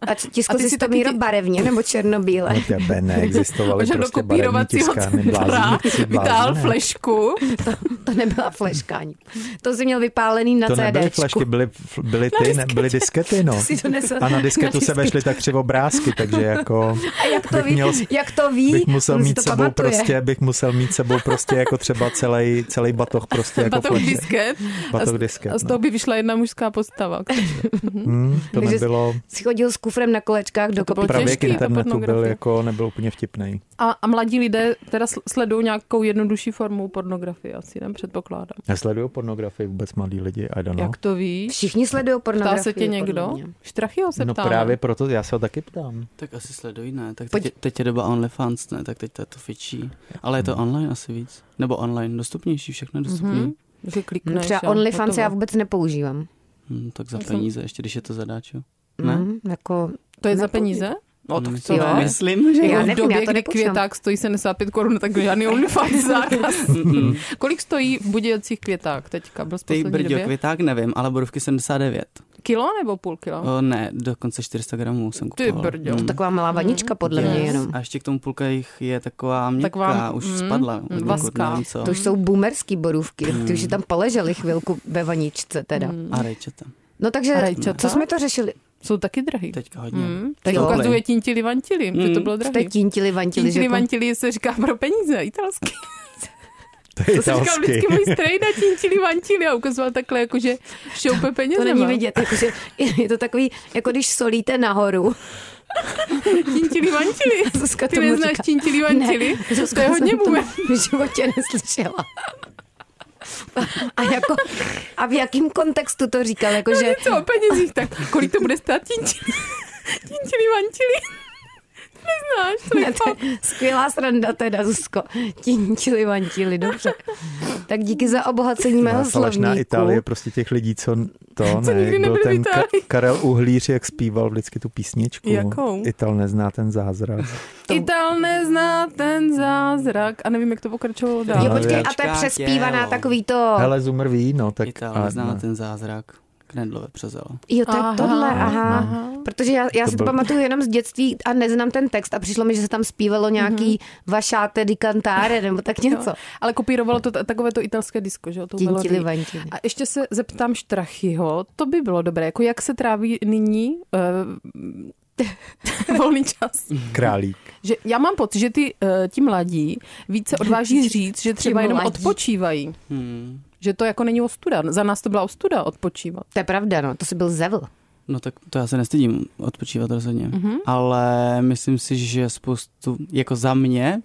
S3: A c-
S4: A
S3: tiskl
S4: ty
S3: jsi
S4: si
S3: to
S4: taky
S3: Míro
S4: ty-
S3: barevně nebo černobíle?
S5: No tebe neexistovaly
S4: možná do
S5: prostě barevní
S4: kopírovacího
S5: tiskárny.
S4: centra
S5: Blázni, blázni,
S4: vytáhl
S5: ne. *laughs* Jako
S4: flešku.
S3: To nebyla fleška ani. To jsi měl vypálený na
S5: To nebyly
S3: CDčku.
S5: flešky, byly, byly ty, ne, byly diskety, no.
S3: *laughs* Si donesl
S5: A na disketu se
S3: disket.
S5: vešly tak tři obrázky, takže jako
S3: A jak to
S5: bych
S3: ví?
S5: měl-
S3: jak to ví?
S5: bych musel
S3: On si
S5: mít
S3: to
S5: sebou
S3: pamatuje.
S5: prostě, bych musel mít sebou prostě jako třeba celý, celý batoh prostě jako
S4: Batok
S5: flešek.
S4: disket.
S5: Batoh
S4: A z-
S5: disket,
S4: A z
S5: no.
S4: toho by vyšla jedna mužská postava.
S5: Hmm, to
S3: Takže-
S5: nebylo,
S3: Si chodil s kufrem na kolečkách do
S4: to bylo
S3: kopy.
S4: těžký,
S5: právě k
S4: ta
S5: internetu byl
S4: pornografie.
S5: jako, nebyl úplně vtipný.
S4: A, a mladí lidé teda sl- sledují nějakou jednodušší formu pornografie, asi ne, předpokládám.
S5: Nesleduju pornografii vůbec mladí lidi, I don't know.
S4: Jak to víš?
S3: Všichni sledují
S4: Ptá
S3: pornografii.
S4: se tě někdo?
S3: podle mě.
S4: Štrachyho se
S5: No
S4: ptáme.
S5: právě proto, já se ho taky ptám.
S1: Tak asi sledují, ne? Tak teď, teď je doba OnlyFans, ne? Tak teď to, je to fičí. Ale je
S5: Mhm.
S1: to online asi víc. Nebo online, dostupnější, všechno je dostupný.
S4: Mhm. Že
S3: No,
S4: klikneš,
S3: třeba
S4: jo,
S3: OnlyFans
S4: hotovo.
S3: já vůbec nepoužívám.
S1: Hm, tak za
S4: Já jsem-
S1: peníze, ještě když je to zadáčo. Ne?
S3: Mm, jako,
S4: To je za
S3: nepoužívám.
S4: peníze? No, tak co
S1: Myslím-
S3: Mhm. jo.
S4: ne?
S1: Myslím, že
S3: Já
S1: jo.
S4: v
S3: nevím, já
S4: době,
S3: to
S4: kdy
S3: nepočítám.
S4: květák stojí 75 korun, tak
S3: *laughs*
S4: žádný OnlyFans zákaz.
S1: Mm-mm.
S4: Kolik stojí budějacích květák teďka? Byl z
S1: Ty
S4: poslední
S1: brďo,
S4: době?
S1: květák nevím, ale borůvky 79.
S4: Kilo nebo půl kilo?
S3: No.
S1: O, ne, dokonce 400 gramů jsem
S4: Ty
S1: kupoval.
S4: brďo.
S1: Mm.
S3: To taková malá vanička podle
S1: Yes.
S3: mě jenom. mhm,
S1: A ještě k tomu půlka jich je taková měkká,
S4: Taková,
S1: už
S4: mm,
S1: spadla. Mm,
S4: vaská.
S1: Nevím, co.
S3: To už jsou boomerský borůvky, ty už si
S5: Mm.
S3: tam poleželi chvilku ve vaničce teda.
S1: A rejčete.
S3: No takže,
S4: Mm. A rajčata?
S3: co jsme to řešili?
S4: Hmm. Jsou taky drahý.
S1: Teďka hodně.
S4: Mm, teď
S3: Jo.
S4: ukazuje tintili vantili, že to bylo
S3: V té
S4: drahý.
S3: tintili vantili, že
S4: Tintili
S3: jako,
S4: vantili se říká pro peníze, italsky.
S5: To je
S4: *laughs* To se říkal
S5: italsky.
S4: vždycky můj strejda, tintili vantili a ukazoval takhle, jakože šoupe
S3: *laughs* to
S4: penězema.
S3: není vidět, jakože je to takový, jako když solíte nahoru *laughs*
S4: Tintili mantili.
S3: Zuzka
S4: Ty neznáš tintili
S3: *laughs*
S4: mantili? To je hodně
S3: jsem
S4: bume.
S3: to *laughs* v životě neslyšela. *laughs* A, jako, a v jakém kontextu to říkal? Jako,
S4: No
S3: že,
S4: něco o penězích, tak kolik to bude stát tintili? Tintili mantili. Neznáš, to
S3: ne, *laughs*
S4: je
S3: to
S4: fakt.
S3: je skvělá sranda teda, Zuzko. Tintili, vantili, dobře. Tak díky za obohacení mého
S5: Falešná
S3: slovníku.
S5: Itálie, prostě těch lidí, co to ne,
S4: nikdy
S5: jak byl
S4: nebyli v
S5: ten
S4: Itálii.
S5: Ka- Karel Uhlíř, jak zpíval vždycky tu písničku.
S4: Jakou? No.
S5: Ital nezná ten zázrak.
S4: To... Ital nezná ten zázrak. A nevím, jak to pokračovalo dál.
S3: Jo,
S5: Ale
S3: počkej, a to je
S1: Jačka,
S3: přespívaná
S1: tělo.
S3: takový to...
S5: Hele, Zumr ví, no tak...
S1: Ital zná
S5: ne.
S1: ten zázrak. Knedlové přezelo.
S3: Jo, to je
S4: Aha,
S3: tohle, aha.
S4: aha.
S3: Protože já, já
S5: To
S3: si to
S5: byl-
S3: pamatuju jenom z dětství a neznám ten text a přišlo mi, že se tam zpívalo nějaký
S4: Mhm.
S3: vašáte di cantare nebo tak něco.
S4: Ale kopírovalo to t- takové to italské disko, že jo? tou
S3: Tintili,
S4: melodii.
S3: vantili.
S4: A ještě se zeptám Štrachyho, to by bylo dobré, jako jak se tráví nyní uh, *laughs* volný čas.
S5: Králík.
S4: Že já mám pocit, že ty, uh, ti mladí více odváží říct, že třeba
S3: Ti
S4: jenom
S3: mladí.
S4: odpočívají.
S1: Hmm.
S4: Že to jako není ostuda. Za nás to byla ostuda odpočívat.
S3: To je pravda, no, to si byl zevl.
S1: No tak to já se nestydím odpočívat rozhodně. Mm-hmm. Ale myslím si, že spoustu, jako za mě,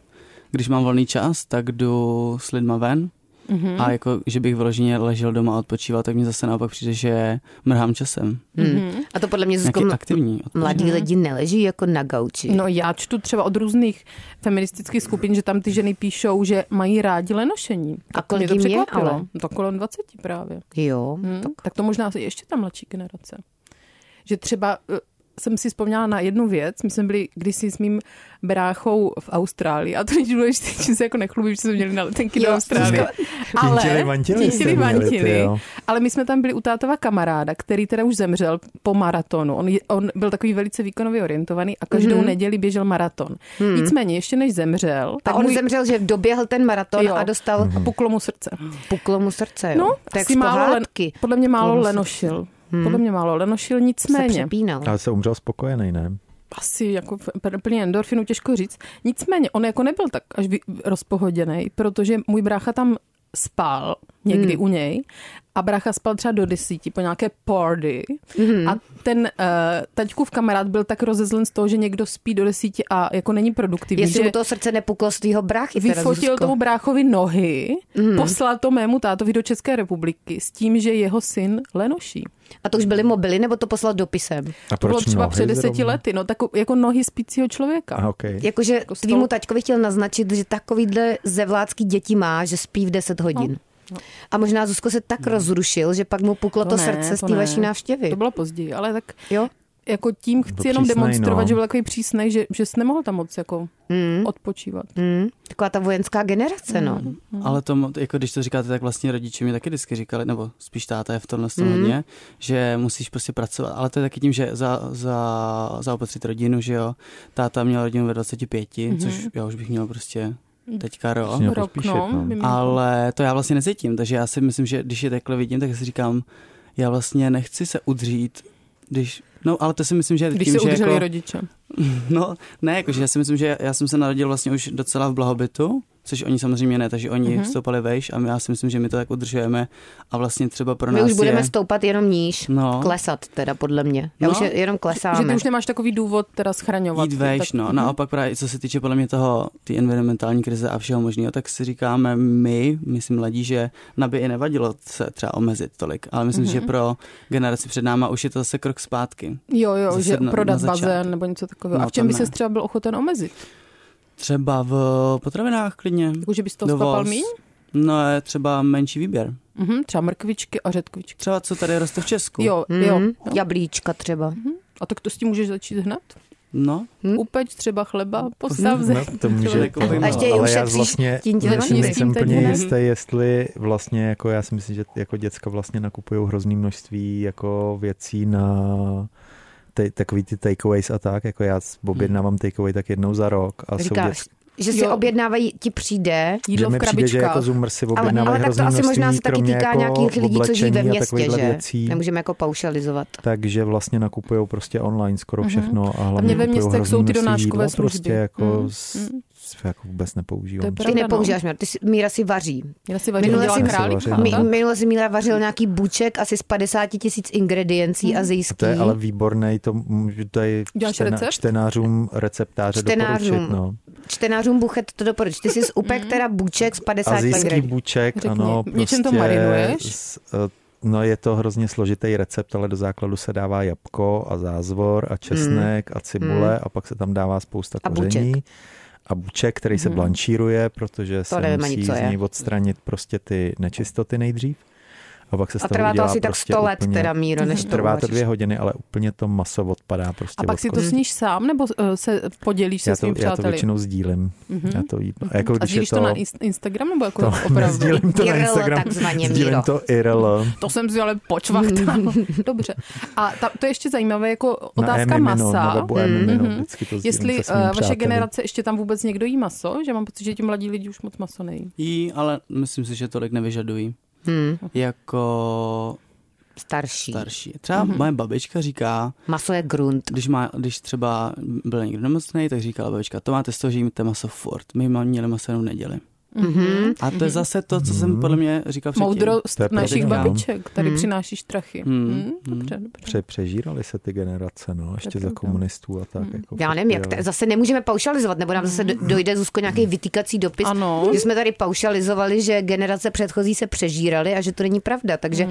S1: když mám volný čas, tak jdu s lidma ven. Mm-hmm. A jako, že bych vyloženě ležel doma a odpočíval, tak mi zase naopak přijde, že mrhám časem.
S4: Mhm.
S3: Hmm. A to podle mě Zuzko,
S1: Nějaký
S3: mla-
S1: aktivní odpočívání.
S3: mladí lidi neleží jako na gauči.
S4: No já čtu třeba od různých feministických skupin, že tam ty ženy píšou, že mají rádi lenošení. Tak
S3: kolik
S4: mě to
S3: jim je,
S4: překvapilo.
S3: ale?
S4: To kolem 20 právě.
S3: Jo,
S4: Hmm, tak. tak to možná je ještě ta mladší generace. Že třeba eh, jsem si vzpomněla na jednu věc. My jsme byli kdysi s mým bráchou v Austrálii a to není důležité, že se jako nechlubím, že jsme měli na letenky do
S3: Jo,
S4: Austrálie.
S5: Tintili mantili jste
S4: tintili
S5: měli,
S4: mantili.
S5: ty jo.
S4: ale my jsme tam byli u tátova kamaráda, který teda už zemřel po maratonu. On, je- on byl takový velice výkonově orientovaný a každou hmm. neděli běžel maraton. Hmm. Nicméně, ještě než zemřel,
S3: tak
S4: a
S3: on
S4: můj-
S3: zemřel, že doběhl ten maraton
S4: Jo.
S3: a dostal
S4: puklo mu srdce.
S3: puklo mu srdce. Jo.
S4: No,
S3: tak
S4: asi
S3: z
S4: málo len,
S3: pohádky
S4: podle mě málo
S3: Puklo mu
S4: lenošil. Podle mě málo lenošil,
S3: Hmm. se
S4: nicméně.
S3: přepínal.
S5: Ale se umřel spokojený, ne?
S4: asi jako f- pr- plný endorfinu, těžko říct. Nicméně, on jako nebyl tak až vy- rozpohoděný, protože můj brácha tam spal někdy
S3: Hmm.
S4: u něj a brácha spal třeba do desíti po nějaké party
S3: Hmm.
S4: a ten uh, taťkův kamarád byl tak rozezlen z toho, že někdo spí do desíti a jako není produktivní,
S3: Jestli
S4: že
S3: mu to srdce nepuklo z tvýho bráchy, teda, Hmm.
S4: vyfotil
S3: Zuzko.
S4: tomu bráchovi nohy, poslal to mému tátovi do České republiky s tím, že jeho syn lenoší.
S3: A to už byly mobily, nebo to poslal dopisem?
S5: A
S4: To
S5: proč
S4: bylo třeba
S5: nohy
S4: před deseti
S5: zrovna?
S4: lety, no tak jako nohy spícího člověka.
S5: Aha, okay.
S3: Jakože
S4: Jako stol-
S3: tvýmu taťkovi chtěl naznačit, že takovýhle zevlácký děti má, že spí v 10 hodin. No. A možná Zuzko se tak rozrušil, že pak mu puklo to, to
S4: No. ne,
S3: srdce z té
S4: ne.
S3: vaší návštěvy.
S4: To bylo později, ale tak
S3: Jo?
S4: jako tím
S5: Byl
S4: chci jenom
S5: přísnej,
S4: demonstrovat,
S5: no. Hm?
S4: no. že byl takový přísnej, že, že jsi nemohl tam moc jako mm. odpočívat.
S3: Hmm. Taková ta vojenská generace, no.
S4: Mm.
S1: Ale to, mo- jako když to říkáte, tak vlastně rodiče mi taky vždycky říkali, nebo spíš táta je v tomhle mm. hodně, že musíš prostě pracovat. Ale to je taky tím, že za, za, zaopatřit rodinu, že jo. Táta měl rodinu ve 25, mm. což já už bych měl prostě teďka rok.
S5: Měl
S4: Rok,
S5: pospíšit,
S4: no,
S5: no.
S4: by
S3: Mhm.
S4: mě-
S1: Ale to já vlastně necítím, takže já si myslím, že když je takhle vidím, tak si říkám, já vlastně nechci se udřít, když... No, ale to si myslím, že je
S4: Když
S1: tím,
S4: se
S1: že
S4: udrželi
S1: jako...
S4: jako... rodiče.
S1: No, ne, jakože já si myslím, že já jsem se narodil vlastně už docela v blahobytu, což oni samozřejmě ne, takže oni
S3: Mhm.
S1: mm-hmm. vstoupali vejš a my, já si myslím, že my to tak udržujeme a vlastně třeba pro
S3: My
S1: nás
S3: už budeme
S1: je...
S3: stoupat jenom níž.
S1: No.
S3: Klesat teda, podle mě. Já
S1: No.
S3: už je, jenom
S4: Že
S3: klesáme.
S4: ty už nemáš takový důvod teda schraňovat.
S1: Jít vejš,
S4: tak, Mhm.
S1: no. Naopak právě, co se týče podle mě toho, ty environmentální krize a všeho možného, tak si říkáme my, myslím mladí, že na by i nevadilo se třeba omezit tolik, ale myslím,
S4: Mhm.
S1: mm-hmm. že pro generaci před náma už je to zase krok zpátky.
S4: Jo, jo,
S1: Zase
S4: že
S1: na- na
S4: prodat
S1: začátek.
S4: bazén nebo něco takového. No, a
S1: No,
S4: v čem
S1: to
S4: by
S1: ne.
S4: se třeba byl ochoten omezit?
S1: Třeba v potravinách klidně.
S4: Jako, že bys to
S1: Dovoz.
S4: stopal míň?
S1: No, je třeba menší výběr.
S4: Mhm, třeba mrkvičky a řetkvičky.
S1: Třeba co tady roste v Česku.
S4: Jo,
S3: Hmm.
S4: jo. jo.
S3: Jablíčka třeba.
S4: A tak to s tím můžeš začít hned?
S1: No,
S4: Upeč třeba chleba, postav ze.
S5: No, to může,
S1: Člověk umí
S5: to,
S1: A ještě
S3: je
S5: ale já
S3: ušetříš
S5: vlastně
S3: tím
S5: já si
S4: tělesným
S5: nejsem
S4: tím
S5: úplně
S4: teď, ne?
S5: jistý, jestli vlastně, jako já si myslím, že jako děcka vlastně nakupují hrozný množství jako věcí na te, takový ty takeaways a tak, jako já s-
S3: Hmm.
S5: objednávám takeaway tak jednou za rok a jsou
S3: Říkáš,
S5: děcka,
S3: že si
S4: Jo.
S3: objednávají, ti přijde,
S4: Jídlo
S5: že
S4: v
S5: mi přijde, že jako
S4: krabičkách.
S5: Zoomer si
S3: ale, ale
S5: objednávají
S3: tak to
S5: hrozný
S3: asi
S5: množství,
S3: možná se taky
S5: kromě
S3: týká
S5: jako
S3: nějakých lidí, co žijí ve
S5: oblečení a
S3: městě,
S5: takovýchhle
S3: že?
S5: věcí.
S3: Nemůžeme jako paušalizovat.
S5: takže vlastně nakupují prostě online skoro všechno a hlavně
S4: Mhm. mě ve
S5: kupují
S4: městech
S5: hrozný
S4: jsou ty
S5: množství
S4: donáškové
S5: jídla,
S4: služby.
S5: Prostě jako
S4: Mm,
S5: s-
S4: mm.
S5: se jako vůbec nepoužívám.
S4: To je
S3: Ty
S4: pravda, no.
S3: nepoužíváš, Míra, ty si, Míra si vaří.
S4: Já si
S3: Minule
S4: vařím dělá
S3: jsem-
S4: králíka.
S5: Ano.
S3: Mi,
S4: tak?
S3: minule si Míra vařil nějaký buček asi z 50 tisíc ingrediencí
S5: A
S3: azijských.
S5: to je ale výborný, to můžu tady
S4: Děláš recept?
S5: čtenářům receptáře
S3: Čtenářům.
S5: doporučit. No.
S3: Čtenářům buchet to doporuč. Ty jsi upek teda buček z 50
S5: Azijský
S3: ingrediencí.
S5: buček,
S4: Řekni,
S5: ano. prostě
S4: v něčem to marinuješ?
S5: s- eh, No je to hrozně složitý recept, ale do základu se dává jabko a zázvor a česnek a cibule a pak se tam dává spousta
S3: Hmm, A buček. Hmm.
S5: koření. A buček, který se blanšíruje, protože se
S3: nevím ani,
S5: musí
S3: co
S5: z
S3: je.
S5: něj odstranit prostě ty nečistoty nejdřív. A pak se z
S3: A
S5: toho
S3: trvá to
S5: udělá
S3: asi tak
S5: prostě
S3: 100 let
S5: úplně,
S3: teda, Míro, než to
S5: Trvá to
S3: uvaříš.
S5: dvě hodiny, ale úplně to maso odpadá prostě
S4: A pak
S5: od
S4: si to
S5: kosti.
S4: sníš sám, nebo eh, se podělíš se
S5: já
S4: svým
S5: to, já to
S4: přáteli? Mhm.
S5: většinou sdílím.
S3: Hmm?
S5: Já to, jí- a jako
S4: A
S5: když je
S4: sdílíš to,
S5: to
S4: na Inst- Instagram, nebo jako
S5: to
S4: *laughs* opravdu?
S5: sdílím to na
S3: IRL
S5: Instagram,
S3: takzvaně, Míro.
S5: sdílím to IRL.
S4: To jsem si ale počvachtala. Dobře. A ta, to je ještě zajímavé, jako otázka
S5: na Emimino,
S4: masa.
S5: no, Na webu Emimino,
S4: Mhm.
S5: vždycky to sdílím
S4: Jestli
S5: se
S4: eh,
S5: svými
S4: vaše
S5: přáteli.
S4: generace ještě tam vůbec někdo jí maso, že mám pocit, že ti mladí lidi už moc maso nejí.
S1: Jí, ale myslím si, že tolik nevyžadují.
S3: Hmm,
S1: Jako
S3: starší.
S1: starší. Třeba
S4: Mhm.
S1: moje babička říká,
S3: Maso je grunt.
S1: když, má, když třeba byl někdo nemocný, tak říkala babička, to máte z toho, že jíte maso furt. My má- měli maso jenom neděli.
S3: Mhm.
S1: A to je zase to, co jsem podle mě říkal předtím.
S4: Mm-hmm. Moudro
S5: To je pravda,
S4: našich
S5: no.
S4: babiček. Tady
S3: Mhm.
S4: přinášíš trachy.
S1: Mhm.
S4: Mhm. Dobře, dobře.
S5: Pře- Přežírali se ty generace, no, ještě za
S4: pravda.
S5: komunistů a tak. Jako
S3: Já nevím, jak te,
S5: prostě,
S3: zase nemůžeme paušalizovat, nebo nám zase do- dojde Zuzko nějaký vytýkací dopis,
S4: Ano.
S3: že jsme tady paušalizovali, že generace předchozí se přežíraly a že to není pravda. Takže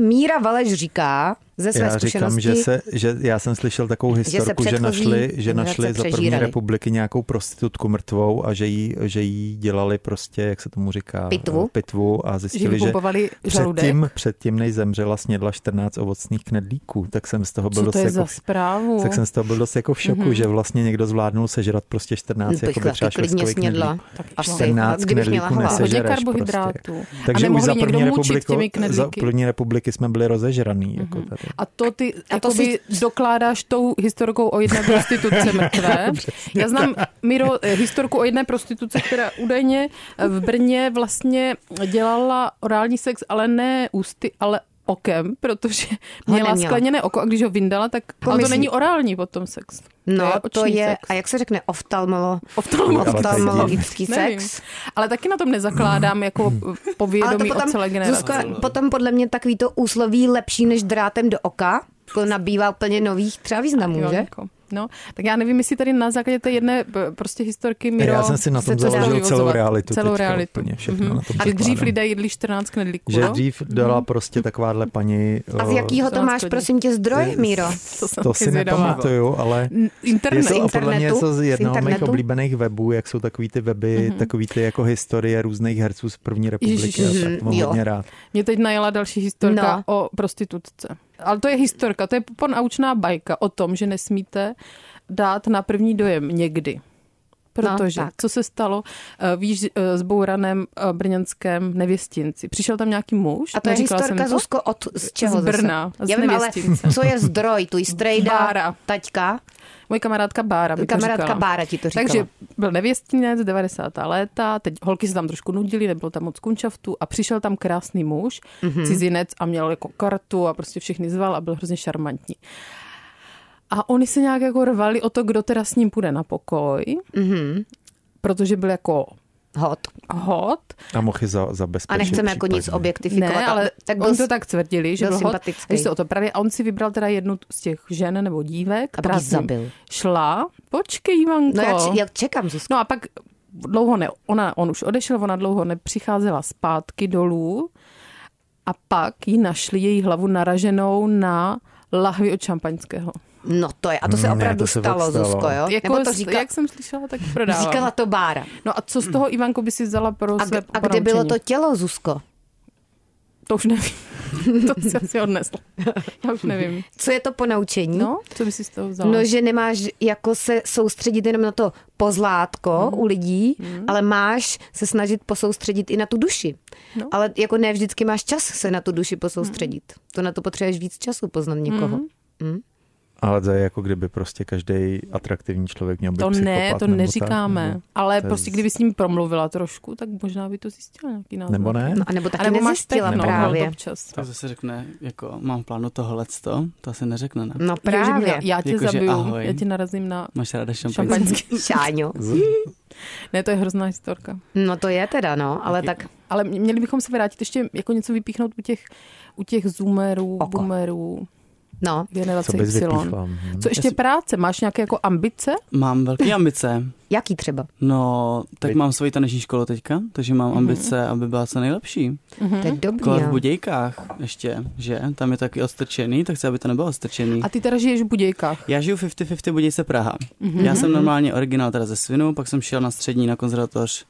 S3: Míra Valeš říká ze své
S5: ale- Já říkám,
S3: zkušenosti,
S5: že, se, že já jsem slyšel takovou
S3: se
S5: historku, že,
S3: předchozí
S5: našli, že
S3: generace
S5: našli za první
S3: přežírali.
S5: republiky nějakou prostitutku mrtvou a že jí, že jí dělali prostě, jak se tomu říká,
S3: Pitvu?
S5: eh, pitvu a
S4: Že
S5: zjistili, že,
S4: vypumpovali žaludek.
S5: Předtím, předtím, než zemřela, snědla 14 ovocných knedlíků, tak jsem z toho byl
S4: Co
S5: dost
S4: to je
S5: jako,
S4: za zprávu?
S5: tak jsem z toho byl dost jako v šoku, mm-hmm. že vlastně někdo zvládnul sežrat prostě 14
S3: Mhm. bych
S5: jako by třeba
S3: taky klidně
S5: švestkových
S3: snědla.
S5: knedlíků.
S4: Tak
S3: Asi.
S4: jo.
S5: 14
S3: Kdybych měla
S5: knedlíků
S3: hlad.
S4: Hodně
S5: nesežereš
S4: karbohydrátů.
S5: Prostě.
S4: A
S5: Takže už
S4: nemohli
S5: za
S4: někdo
S5: první,
S4: mučit
S5: republiku,
S4: těmi knedlíky.
S5: za první republiky jsme byli rozežraný. Mm-hmm. Jako tady.
S4: A to ty
S3: Mhm. A
S4: a
S3: to
S4: to jakoby, dokládáš tou historkou o jedné
S5: *laughs*
S4: prostitutce mrtvé. Já znám, Miro, eh, historku o jedné prostituce, která údajně eh, v Brně vlastně dělala orální sex, ale ne ústy, ale okem, protože
S3: Ho
S4: měla
S3: neměla.
S4: skleněné oko a když ho vyndala, tak ale to
S3: Pomyslí-
S4: není orální potom sex.
S3: no to
S4: oční
S3: je,
S4: sex.
S3: a jak se řekne, oftalmolo,
S4: Oftalmo-
S5: to je
S3: oftalmologický
S4: Nevím.
S3: sex.
S4: Ale taky na tom nezakládám jako
S5: Hmm.
S3: Ale to
S4: povědomí o celé
S3: potom,
S4: generaci.
S3: Zuzko, potom podle mě takový to úsloví lepší než drátem do oka, to nabývá úplně nových třeba významů,
S4: Jo,
S3: že?
S4: jako, No, tak já nevím, jestli tady na základě té jedné p- prostě historky Miro,
S5: Já jsem si na
S4: se
S5: tom
S4: to dá
S5: založil celou
S4: vyvozovat.
S5: realitu.
S4: Celou
S5: teďka,
S4: realitu. Mhm.
S5: Úplně všechno na tom
S4: A že dřív
S5: zakládám.
S4: lidé jedli 14 knedlíků, no?
S5: Že
S4: jo?
S5: dřív dala prostě takováhle paní...
S3: Mhm. A z
S5: eh,
S3: jakýho to
S4: To
S3: máš,
S4: nás
S3: prosím tě, zdroj, Míro?
S4: To jsem
S5: to
S4: taky
S5: si
S4: zvědavá.
S5: nepamatuju, ale...
S4: N- Internet.
S5: Jestli, a
S3: internetu?
S5: podle mě je to
S3: Z
S5: z jednoho mých
S3: internetu? Mhm.
S5: oblíbených webů, jak jsou takový ty weby, mm-hmm. takový ty jako historie různých herců z první republiky.
S4: Ježiš,
S5: Ježiš, tak to mám
S3: jo.
S5: hodně rád.
S4: Mě teď najela další historka
S3: No.
S4: no. o prostitutce. Ale to je historka, to je ponaučná bajka o tom, že nesmíte dát na první dojem někdy. Protože,
S3: No,
S4: no,
S3: tak.
S4: co se stalo eh, v již eh, zbouraném eh, brněnském nevěstinci? Přišel tam nějaký muž?
S3: A to je
S4: neříkala jsem
S3: historka,
S4: to?
S3: Zuzko, od z čeho
S4: Z Brna,
S3: zase?
S4: z
S3: Já vím, ale
S4: Nevěstince.
S3: co je zdroj? Tvůj strejda,
S4: Bára.
S3: taťka,
S4: Moje kamarádka Bára mi
S3: kamarádka
S4: to říkala.
S3: Bára ti to říkala.
S4: Takže byl nevěstinec, 90. léta, teď holky se tam trošku nudily, nebylo tam moc kunčaftů a přišel tam krásný muž,
S3: Mhm.
S4: mm-hmm. cizinec a měl jako kartu a prostě všechny zval a byl hrozně šarmantní. A oni se nějak jako rvali o to, kdo teda s ním půjde na pokoj, mm-hmm.
S3: Mhm.
S4: protože byl jako
S3: hot.
S4: hot,
S5: A mohl za,
S3: A
S5: zabezpečit.
S3: nechceme jako nic
S5: případně.
S3: objektifikovat.
S4: Ne, ale
S3: tak
S4: tak
S3: byl,
S4: oni to tak tvrdili, že
S3: byl
S4: byl, hot,
S3: sympatický.
S4: když se o to prali a on si vybral teda jednu z těch žen nebo dívek,
S3: A pak
S4: která
S3: ji
S4: s ním
S3: zabil.
S4: šla, počkej Ivanko.
S3: No jak, jak čekám, Zuzko.
S4: No a pak dlouho ne, ona, on už odešel, ona dlouho nepřicházela zpátky dolů a pak ji našli její hlavu naraženou na lahvi od šampaňského.
S3: No to je, a to se
S5: Ne,
S3: opravdu
S5: to se
S3: stalo,
S5: fakt stalo.
S3: Zuzko, jo? Nebo to
S4: s-
S3: říká,
S4: Jak jsem slyšela, tak prodávám.
S3: říkala to Bára.
S4: No a co z toho, Ivanko, by si vzala pro
S3: A,
S4: své
S3: a kde bylo
S4: ponaučení?
S3: to tělo, Zuzko?
S4: To už nevím. *laughs* to si asi odnesla. Já už nevím.
S3: Co je to ponaučení?
S4: No, co by si z toho vzala?
S3: Hm? No, že nemáš jako se soustředit jenom na to pozlátko mm. u lidí, mm. ale máš se snažit posoustředit i na tu duši. No. Mhm.
S4: No.
S3: Ale jako ne vždycky Mhm. máš čas se na tu duši posoustředit. Mm. To na to potřebuješ víc času poznat někoho. Mm.
S5: Ale to je jako kdyby prostě každý atraktivní člověk měl být
S4: To ne,
S5: psychopat
S4: to
S5: nebo
S4: neříkáme.
S5: Tak,
S4: ale
S5: To je
S4: prostě
S5: z-
S4: kdyby s ním promluvila trošku, tak možná by to zjistila nějaký názor.
S5: nebo ne?
S3: No a nebo
S4: A
S3: taky
S4: nebo máš
S3: nezjistila
S4: techno,
S3: právě.
S4: no, občas.
S1: Tak zase řekne, jako mám v plánu tohleto, to asi neřekne, ne?
S3: No
S4: Ježi,
S3: právě.
S4: já tě
S1: Jakože
S4: zabiju,
S1: ahoj.
S4: já tě narazím na
S1: Máš ráda šampaňské?
S3: *laughs*
S4: šampaňský.
S3: Šáňo.
S4: Ne, to je hrozná historka.
S3: No to je teda, no, ale tak
S4: Ale mě- měli bychom se vrátit ještě jako něco vypíchnout u těch, u těch zoomerů,
S3: Oko.
S4: boomerů,
S3: no.
S4: generace
S5: Co bys
S4: Y.
S5: vypíchla? mhm.
S4: Co ještě
S1: Jestli-
S4: práce? Máš nějaké jako ambice?
S1: Mám velké ambice.
S3: Jaký třeba?
S1: No, tak
S5: Vy-
S1: mám svoji taneční školu teďka, takže
S4: Mhm.
S1: mám ambice, aby byla co nejlepší.
S3: To je dobrý.
S1: Kole v
S3: jo.
S1: Budějkách ještě, že? Tam je taky ostrčený, tak chci, aby to nebylo ostrčený.
S4: A ty teda žiješ v Budějkách.
S1: Já žiju 50-50 Budějce Praha.
S3: Mhm.
S1: Mm-hmm. Já jsem normálně originál teda ze Svinu, pak jsem šel na střední na konzervatoř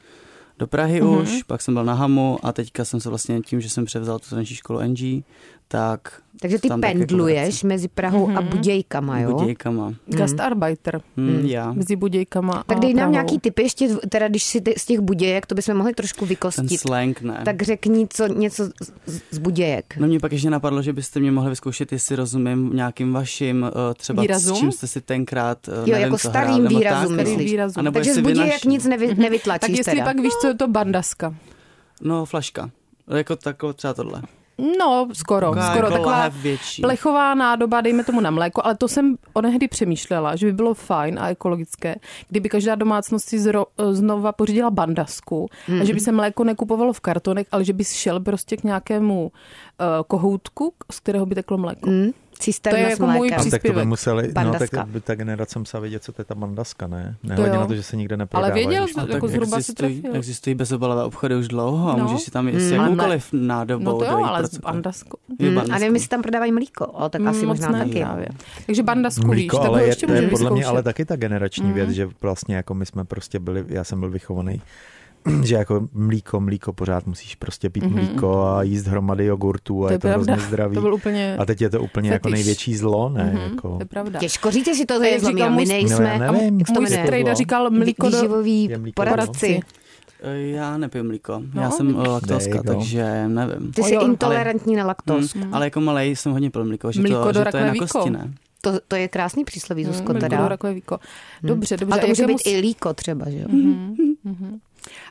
S1: do Prahy
S3: Mhm.
S1: mm-hmm. už, pak jsem byl na Hamu a teďka jsem se vlastně tím, že jsem převzal tu tanečí školu NG, tak
S3: Takže ty
S1: tam také
S3: pendluješ mezi Prahou
S4: Mhm.
S3: a Budějkama, jo? Mhm.
S1: Budějkama.
S4: Gastarbeiter
S1: Mm, já.
S4: mezi Budějkama
S3: Tak
S4: a
S3: dej nám
S4: Prahou.
S3: nějaký typy ještě, teda když si ty, z těch budějek, to bychom mohli trošku
S1: Ten
S3: vykostit.
S1: slang, ne.
S3: Tak řekni co, něco z, z- z budějek.
S1: No mě pak ještě napadlo, že byste mě mohli vyzkoušet, jestli rozumím nějakým vaším eh, třeba
S4: Výrazům?
S1: s čím jste si tenkrát, eh,
S3: Jo,
S1: nevím,
S3: jako
S1: co
S3: starým
S1: hrál, nebo
S3: výrazům,
S1: tak, no.
S3: myslíš.
S4: Výrazům.
S1: A nebo
S3: Takže z
S1: jestli vy
S3: budějek
S1: naši-
S3: nic nevy,
S4: Mhm. Tak
S3: nevytlačíš
S4: jestli
S3: teda.
S4: pak víš, co je to bandaska.
S1: No, flaška. Jako takové třeba tohle.
S4: No, skoro,
S1: Taková
S4: skoro.
S1: jako
S4: Taková
S1: lahev větší.
S4: plechová nádoba, dejme tomu na mléko, ale to jsem onehdy přemýšlela, že by bylo fajn a ekologické, kdyby každá domácnost si zro, znova pořídila bandasku a
S1: Mhm.
S4: že by se mléko nekupovalo v kartonech, ale že by šel prostě k nějakému uh, kohoutku, z kterého by teklo mléko.
S3: Hm? Cisterna
S4: To je
S3: s
S4: jako můj
S3: mlékem.
S5: Tam tak to by
S4: příspěvek.
S5: museli, no, tak
S3: Bandaska.
S5: by ta generace musela vědět, co to je ta bandaska, ne? Nehledě
S4: jo.
S5: na to, že se nikde neprodává.
S4: Ale věděl,
S5: když to
S4: že-
S5: tak
S4: jako
S5: je.
S4: zhruba si
S1: existují,
S4: trefil.
S1: existují bezobalové obchody už dlouho a
S4: No.
S1: můžeš si tam jít s
S5: Hmm.
S4: Ale ne-
S1: jakoukoliv nádobou
S4: No to jo,
S1: dojít
S4: ale s
S1: pro cokoliv.
S4: bandaskou.
S1: Je
S3: Hm,
S1: barvistý.
S3: A nevím, jestli tam prodávají mlíko, o, tak asi
S4: No, moc
S3: možná
S4: ne,
S3: taky.
S4: právě. Takže bandasku víš,
S5: Mlíko,
S4: tak ho
S5: ale je,
S4: ještě
S5: to je
S4: můžeme
S5: podle mě ale
S4: vyzkoušet. Mhm.
S5: taky ta generační věc, že vlastně jako my jsme prostě byli, já jsem byl vychovaný, *clears throat* že jako mlíko, mlíko, pořád musíš prostě pít mlíko a jíst hromady jogurtů
S4: Mhm.
S5: a
S4: To
S5: je,
S4: je
S5: to hrozně
S4: pravda.
S5: zdravý.
S4: To byl úplně
S5: A teď je to úplně jako
S4: fetiš. Mhm.
S5: největší zlo, ne? Jako...
S4: To je pravda.
S3: Těžko říct, jestli to
S4: To
S3: je
S4: jak
S3: zlomí,
S4: říkal
S3: a my
S4: můj-
S5: No,
S3: nejsme
S5: já
S3: a
S5: nevím,
S3: jak to
S4: Můj
S3: jmenuje?
S4: strejda říkal mlíko do...
S3: Výživoví
S5: Je mlíko do-
S3: poradci.
S1: Eh, Já nepiju mlíko.
S4: No,
S1: Já jsem eh,
S4: vidíš.
S5: There
S1: laktoska,
S5: you go.
S1: takže nevím.
S3: Ty jsi
S4: Jo, ale-
S3: intolerantní na laktózu.
S1: Hmm. Ale jako malej jsem hodně pil mlíko, že
S4: Mlíko
S1: to,
S4: do
S1: že to je na
S4: rakve víko.
S1: kosti, ne?
S3: To, to je krásný přísloví, Zuzko,
S4: Hm,
S3: teda. Mhm.
S4: mlíko do rakve víko. Dobře, dobře.
S3: Ale to
S4: a
S3: může
S4: jakému
S3: být i líko třeba, že jo?
S4: Mhm. Mm-hmm.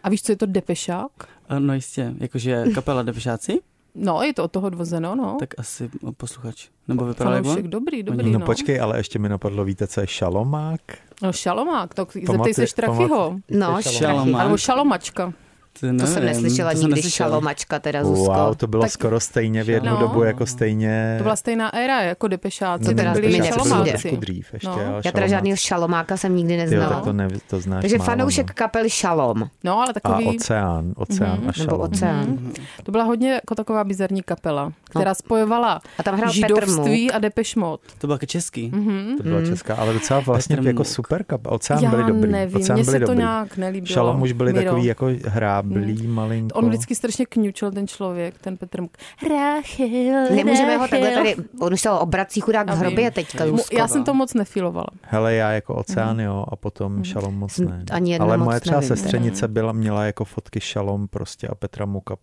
S4: A víš, co je to depešák?
S1: Eh, No jistě, jakože kapela Depšáci,
S4: No, je to od toho odvozeno, no.
S1: tak asi eh, posluchač. Nebo vypadal jak
S4: Fanoušek,
S1: on?
S4: dobrý,
S1: No
S4: dobrý,
S5: No
S4: no.
S5: počkej, ale ještě mi napadlo, víte, co je šalomák?
S4: No, šalomák, tak zeptej
S5: Pamatuje-
S4: se Štrachyho.
S3: No,
S5: Šalomák.
S3: šalomák.
S1: Šalomák.
S4: Alebo šalomačka.
S1: To,
S3: To jsem
S1: nevím,
S3: neslyšela
S1: to jsem
S3: nikdy,
S1: neslyšel.
S3: šalomačka teda, Zuzko.
S5: Wow, to bylo
S4: Tak-
S5: skoro stejně v jednu
S4: No.
S5: dobu, jako stejně... No,
S4: To byla stejná éra, jako depešáci,
S3: teda
S4: tak
S3: mi
S4: byli
S3: nepřijde.
S5: trošku
S4: šalomáci.
S5: dřív ještě,
S4: No.
S5: ale
S4: Já
S3: Já teda
S5: šalomák-
S3: žádného šalomáka jsem nikdy
S5: Jo,
S3: neznala.
S5: tak to, ne, to znáš
S3: Takže
S5: málo, no.
S3: fanoušek kapely Šalom,
S4: No, ale
S5: A
S4: takový,
S5: oceán, oceán
S4: Mhm.
S5: a
S3: nebo
S5: šalom.
S1: Mhm.
S3: Oceán.
S4: to byla hodně jako taková bizarní
S5: No.
S4: kapela, která spojovala
S3: A tam hrál Petr Muk.
S4: židovství a depešmot.
S1: To byl jako český.
S5: To byla česká, ale docela vlastně
S1: Petr
S5: jako
S1: Muk.
S5: super kap. Oceán
S4: Mhm. Já
S5: byli dobrý.
S4: nevím,
S5: Oceán
S4: mně
S5: byli
S4: se to
S5: dobrý.
S4: nějak nelíbilo.
S5: Šalom už byli
S4: Miro. Mhm.
S5: takový jako hráblí, malinko.
S4: On vždycky strašně kňučil ten člověk, ten Petr Muk. Rachel,
S3: Nemůžeme ho takhle
S4: Rachel.
S3: tady, on už se obrací chudák v
S4: Já
S3: hrobě
S4: vím.
S3: teďka,
S4: Mu-
S3: Zuzko.
S4: Já jsem to moc nefilovala.
S5: Hele, já jako
S4: Mhm.
S5: oceán, jo, a potom šalom moc
S3: Jsem
S5: ne.
S3: ani jedno
S5: Ale
S3: moc
S5: moje třeba
S3: nevím,
S5: sestřenice byla, měla jako fotky šalom prostě a Petra Muka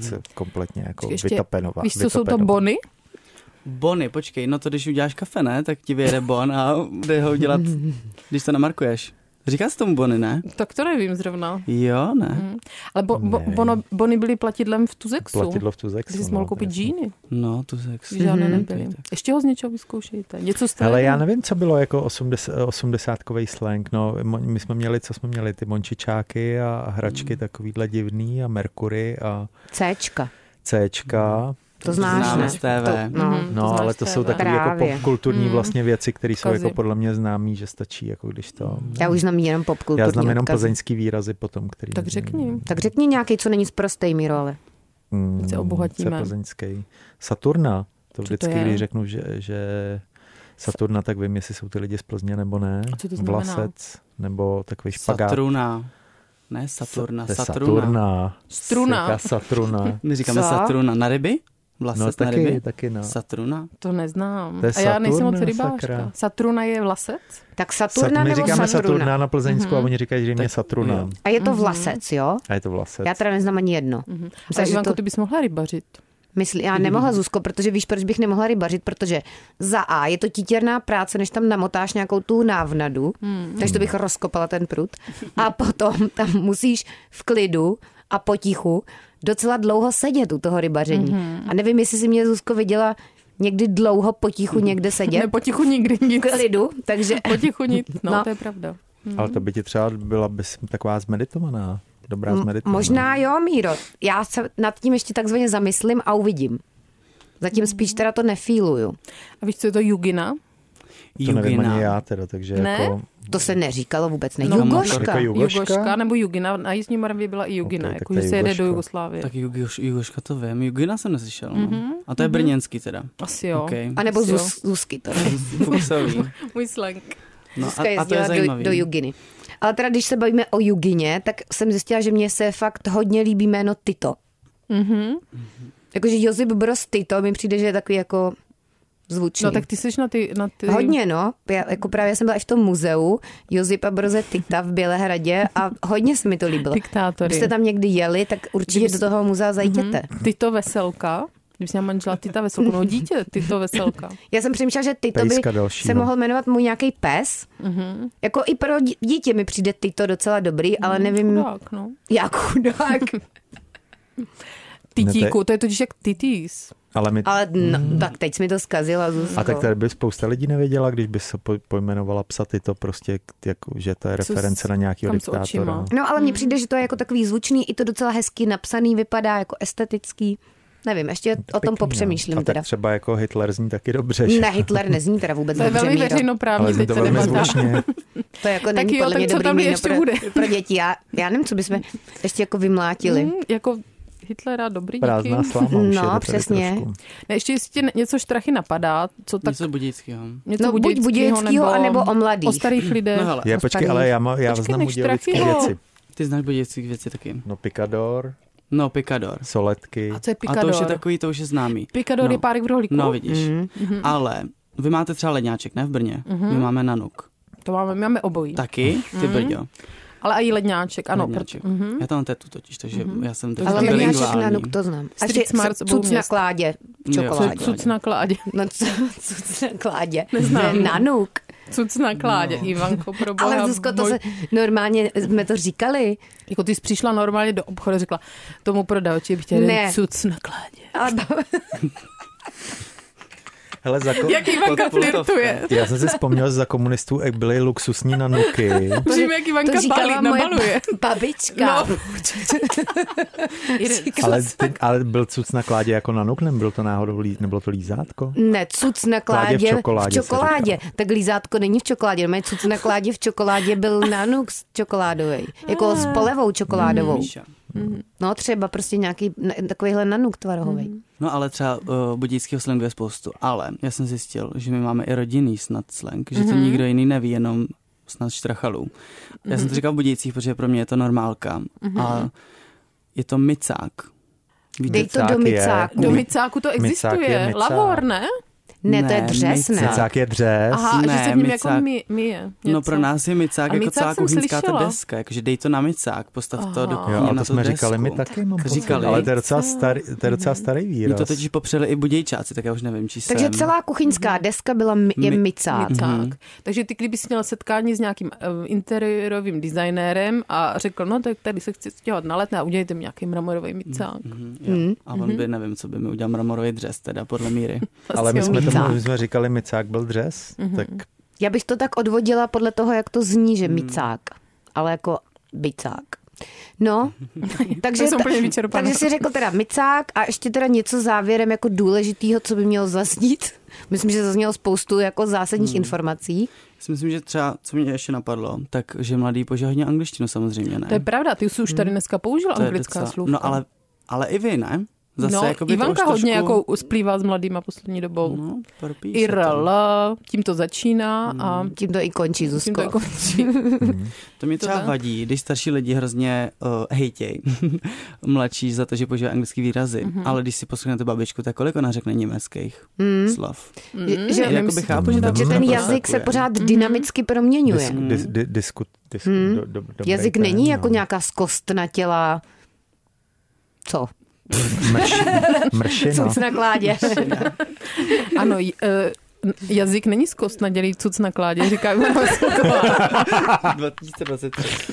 S5: c- kompletně jako
S4: Mm-hmm. Ještě-
S5: vytapenová.
S4: Mhm. Víš, co jsou to
S5: vytapenová.
S4: bony?
S1: Bony, počkej, no to když uděláš kafe, ne, tak ti vyjede bon a jde ho udělat, když to namarkuješ. Říká se tomu bony, ne?
S4: Tak to nevím zrovna.
S1: Jo, ne.
S4: Hm. Ale bo, bo,
S5: Nevím.
S4: bono, bony byly platidlem v Tuzexu.
S5: Platidlo v no, tu
S4: Když jsi mohl koupit džíny,
S1: No, tu sex.
S3: Mhm.
S4: když žádné nebyly. Ještě ho z něčeho vyzkoušejte. Něco jste...
S5: Ale já nevím, co bylo jako 80, 80 slang. No, mo- my jsme měli, co jsme měli, ty mončičáky a
S4: Mm.
S5: hračky takovýhle divný a Merkury a
S3: Cčka,
S4: Mm.
S5: Cčka.
S3: to znáš,
S1: známe
S3: ne?
S1: z TV.
S3: To- No.
S4: Mhm,
S5: No,
S4: znáš
S5: ale to jsou
S4: tebe.
S5: takové jako
S3: Právě.
S5: popkulturní
S4: Mm.
S5: vlastně věci, které jsou
S4: Odkazy.
S5: jako podle mě známý, že stačí, jako když to...
S3: Já už znám jenom popkulturní
S5: Já znám jenom
S3: odkazy.
S5: plzeňský výrazy potom, který...
S4: Tak řekni.
S3: Tak řekni nějaký, co není z prostej, Miro, ale.
S5: Mm,
S4: se obohatíme.
S5: co je plzeňský. Saturna.
S4: Co
S5: To vždycky,
S4: to je?
S5: když řeknu, že, že Saturna, tak vím, jestli jsou ty lidi z Plzně nebo ne.
S4: A co to znamená?
S5: Vlasec, nebo takový špagát.
S1: Saturna. Ne, Saturna,
S5: To je
S1: Saturna.
S5: Saturna.
S4: Struna.
S5: Seka
S1: *laughs*
S5: Saturna.
S1: My říkáme
S4: Co?
S1: Saturna na ryby? Vlases
S5: No
S1: na ryby?
S5: taky, taky no.
S1: Saturna?
S4: To neznám.
S5: To je
S4: a já nejsem moc
S5: Saturna,
S4: rybářka.
S5: sakra.
S4: Saturna je vlasec?
S3: Tak
S5: Sat-
S3: Saturna
S5: My
S3: nebo
S5: říkáme
S3: Saturna?
S5: Saturna na Plzeňsku a oni říkají, že mě Saturna.
S1: jo.
S3: A je to vlasec, jo?
S5: A je to vlasec.
S3: Já teda neznám ani jedno.
S4: Mhm.
S3: Myslím,
S4: Ale
S3: že
S4: Ivanko,
S3: to-
S4: ty bys mohla rybařit.
S3: Myslí, já nemohla Zuzko, protože víš, proč bych nemohla rybařit, protože za A je to titěrná práce, než tam namotáš nějakou tu návnadu, hmm. takže to bych rozkopala ten prut. A potom tam musíš v klidu a potichu docela dlouho sedět u toho rybaření. Hmm. A nevím, jestli si mě Zuzko viděla někdy dlouho potichu někde
S4: *laughs*
S3: sedět.
S4: Nepotichu nikdy
S3: *laughs*
S4: nic.
S3: v klidu, takže
S4: Potichu nic,
S3: No.
S4: no, no. to je pravda.
S5: Ale to by ti třeba byla bys taková zmeditovaná. Dobrá zmeditovaná.
S3: Možná jo, Míro. Já se nad tím ještě takzvaně zamyslím a uvidím. Zatím spíš teda to nefíluju.
S4: A víš, co je to jugina?
S5: To nevím
S1: Jugina.
S5: ani já teda, takže
S4: Ne?
S5: jako...
S3: To se neříkalo vůbec, ne?
S1: No,
S3: Jugoška.
S5: Jako Jugoška?
S4: Jugoška nebo jugina. Na Jižní Moravě byla i jugina,
S5: Ok, tak
S4: okay,
S5: to
S4: jako,
S5: je
S4: že se jede
S5: Jugoška.
S4: do Jugoslávie.
S1: Tak Jugoš, Jugoška to vím, Jugina jsem neslyšel. Mm-hmm. A to je brněnský teda.
S4: Asi jo.
S1: Okay.
S3: Mhm. A nebo
S4: Jo.
S3: Zuz, Zuzky to. *laughs*
S1: Fuksový.
S4: Můj slang.
S1: No,
S3: Zuzka
S1: a, a to je
S3: jezdila do,
S1: zajímavý.
S3: do Juginy. Ale teda, když se bavíme o Jugině, tak jsem zjistila, že mně se fakt hodně líbí jméno Tito. Mm-hmm. Jakože Josip Broz Tito mi přijde, že je takový jako zvučný.
S4: No tak ty jsi na ty... Na ty...
S3: Hodně, no. Já, jako právě jsem byla i v tom muzeu Josipa Broze Tita v Bělehradě a hodně se mi to líbilo.
S4: Diktátory.
S3: Když jste tam někdy jeli, tak určitě
S4: Kdyby Mhm.
S3: do
S4: jste-
S3: toho muzea zajděte.
S4: Tyto Veselka. Když jsem manžela Tita Veselku, no dítě Tyto Veselka.
S3: Já jsem přemýšlela, že Tito by
S5: Pejska no. dalšího.
S3: se mohl jmenovat můj nějaký pes. Jako i pro dí- dítě mi přijde Tito docela dobrý, ale nevím,
S4: Tak, no.
S3: jak
S4: *laughs*
S3: chudák.
S4: Titíku, to je totiž jak Titis.
S5: Ale my...
S3: Ale no, tak teď jsi mi to zkazila, Zuzko.
S5: Hmm. A tak tady by spousta lidí nevěděla, když by se po, pojmenovala psa to prostě, k- jako, že to je
S4: Co s-
S5: reference na nějakého
S4: kam s
S5: diktátora.
S4: očima?
S3: No ale mně přijde, že to je jako takový zvučný, i to docela hezky napsaný, vypadá jako estetický. Nevím, ještě
S5: To je
S3: o tom
S5: pěkný,
S3: popřemýšlím
S5: no. A
S3: teda.
S5: tak třeba jako Hitler zní taky dobře, že?
S3: Ne, Hitler nezní teda vůbec
S4: To je
S3: dobře,
S4: velmi
S3: Míro.
S5: ale
S4: veřejnoprávní,
S5: zní
S4: teď
S5: to
S4: se
S5: velmi
S4: debata.
S5: zvučně.
S3: To je jako není
S4: Tak jo,
S3: podle
S4: tak
S3: mě
S4: co
S3: dobrý
S4: tam
S3: jméno
S4: ještě
S3: pro,
S4: bude?
S3: pro děti. Já, já nevím, co bychom ještě jako vymlátili.
S4: Mm, jako Hitlera, dobrý, díky.
S5: Prázdná sláma už
S3: No,
S5: je to tady
S3: přesně.
S5: trošku.
S4: Ne, ještě jestli tě něco štrachy napadá, co tak...
S1: Něco budějického.
S4: Něco
S3: No, buď Budějickýho, anebo o mladých.
S4: O starých lidech.
S1: No hele,
S5: Je,
S3: A
S5: počkej,
S3: starý-
S5: ale já, má, já
S4: Počkej,
S5: znám
S4: než
S5: udělické
S4: trefí ho.
S5: věci.
S1: ty znáš budějických věci taky.
S5: No, Pikador,
S1: No, Pikador.
S5: Soletky.
S4: A co je
S1: A to
S4: Pikador?
S1: už je takový, to už je známý.
S4: Pikador
S1: no.
S4: je párek v rohlíku?
S1: No vidíš.
S3: Mhm.
S1: Mm-hmm. Ale vy máte třeba ledňáček, ne v Brně? Mm-hmm. My máme Nanuk.
S4: To máme, my máme obojí.
S1: Taky? Ty
S3: Mhm.
S1: mm-hmm. Brďo.
S4: Ale i ledňáček, ano.
S1: ledňáček.
S4: proto- Mhm.
S1: Já tam mám tetu totiž, takže mm-hmm. já jsem teď
S3: Mhm. Ale
S4: Byli
S3: Levňáček
S1: bilingvální.
S3: na nuk to znám. A
S4: Street
S3: ještě
S4: Smart
S3: cu-
S4: obou
S3: cuc na
S4: měst.
S3: kládě v
S1: Jo.
S3: čokoládě.
S4: Cuc na kládě.
S3: No, cu- cuc na kládě.
S4: Neznám.
S3: Ne, Na nuk.
S4: Cuc na kládě, Ivanko, pro boha.
S3: No. Ale Zuzko, to
S4: boj-
S3: se normálně, jsme to říkali.
S4: Jako ty jsi přišla normálně do obchodu a řekla tomu prodavači, bych chtěl
S3: Ne.
S4: jeden cuc na kládě.
S3: A to-
S5: Hele, za ko-
S4: Jak Ivanka
S1: Pod pultovkou.
S4: flirtuje.
S5: já jsem si vzpomněl, že za komunistů jak byly luxusní nanuky.
S4: Přijím, jak Ivanka
S3: to říkala
S4: balí,
S3: moje *laughs*
S4: nabaluje.
S3: ba- babička.
S4: No. Jeden
S5: Ale, ty, ale byl cuc na kládě jako nanuk, nebyl to náhodou, lí- nebylo to lízátko?
S3: Ne, cuc na kládě,
S5: v čokoládě
S3: v
S5: se
S3: čokoládě. Tak lízátko není v čokoládě, no cuc na kládě v čokoládě byl nanuk s čokoládový. Jako s polevou čokoládovou.
S1: Míša.
S3: No třeba prostě nějaký ne, takovýhle nanuk tvarohový.
S1: No ale třeba uh, budějického slangu je spoustu, ale já jsem zjistil, že my máme i rodinný snad slang, že to
S3: Mhm.
S1: mm-hmm. nikdo jiný neví, jenom snad štrachalů. Já
S3: Mhm.
S1: jsem to říkal v budějcích, protože pro mě je to normálka. Mm-hmm. A je to micák. Víte,
S3: Dej to do
S5: Micák je-
S3: micáku.
S4: Do
S5: Mi-
S4: micáku to
S5: micák
S4: existuje.
S5: je micák.
S4: Lavor, ne?
S3: Ne, to je
S1: Ne,
S3: dřes, ne?
S1: micák.
S5: Cák je dřes.
S4: Aha,
S1: Ne,
S4: že se v něm jako
S1: micák.
S4: mi, mije. Něco.
S1: No pro nás je micák
S4: A
S1: jako
S4: micák
S1: celá
S4: jsem
S1: kuchyňská ta
S4: slyšela.
S1: deska, jakože dej to na micák, postav to do
S5: Jo,
S1: kuchyně
S5: a
S1: na
S5: to jsme
S1: tu desku.
S5: říkali my taky, mám pocit.
S1: Říkali.
S5: Ale to je docela starý, to je docela starý
S1: Mě
S5: výraz.
S1: to totiž popřeli i budějčáci, tak já už nevím, či
S3: Takže
S1: jsem.
S3: celá kuchyňská deska byla mi, je
S1: Mi-
S3: micák.
S4: Micák. Takže ty, kdyby jsi měl setkání s nějakým eh, interiérovým designérem a řekl, no tak tady se chci stěhovat na letné a udělejte mi nějaký mramorový micák.
S1: Mhm,
S4: Hm.
S1: jo. A on by, nevím, co by mi udělal mramorový dřes, teda podle míry.
S5: ale my
S4: Asi
S5: jsme,
S4: Vlastně jo.
S5: tomu, my jsme říkali, micák byl dřes, tak
S3: Já bych to tak odvodila podle toho, jak to zní,
S4: Hmm.
S3: že micák, ale jako bicák.
S4: *laughs*
S3: No, takže,
S4: jsem úplně vyčerpaná.
S3: takže si řekl teda micák a ještě teda něco závěrem jako důležitýho, co by mělo zaznít. *laughs* Myslím, že zaznělo spoustu jako
S4: Hmm.
S3: zásadních informací.
S1: Já si myslím, že třeba, co mě ještě napadlo, tak, že mladý používá hodně angličtinu samozřejmě, ne?
S4: To je pravda, ty jsi už tady dneska použil
S1: To je
S4: anglická
S1: docela-
S4: slůvka.
S1: No ale, ale i vy, ne? Zase
S4: no,
S1: jakoby to už
S4: Ivanka
S1: trošku...
S4: hodně jako splývá s mladýma poslední dobou. No,
S1: No, propíše
S4: IRL,
S1: To.
S4: tím to začíná a
S3: Tím to i končí,
S4: tím to
S3: Zuzko.
S4: i končí.
S1: to mě třeba
S4: tak?
S1: vadí, když starší lidi hrozně uh, hejtěj *laughs* mladší za to, že používá anglický výrazy,
S4: Mhm.
S1: mm-hmm. ale když si poslechnete babičku, tak kolik ona řekne německých mm.
S4: Mhm. *laughs*
S1: slov?
S3: Že, že,
S1: Já jakoby chápu, že, tam
S3: Hmm. že ten
S1: pořád
S3: jazyk se
S1: poskakuje.
S3: pořád
S4: Mhm.
S3: dynamicky proměňuje.
S5: disk, dis, di, disku, disku, do, do, dobrý no.
S3: Jazyk jako
S4: no.
S5: termín,
S3: není jako
S5: no.
S3: nějaká zkostnatělá... Co?
S5: Mrš, mršina.
S4: no.
S3: Cuc na
S4: *laughs*
S3: kládě.
S4: Ano, j- eh, jazyk není z kost nadělí cuc na kládě, říká Ivana Veselková.
S1: 2023.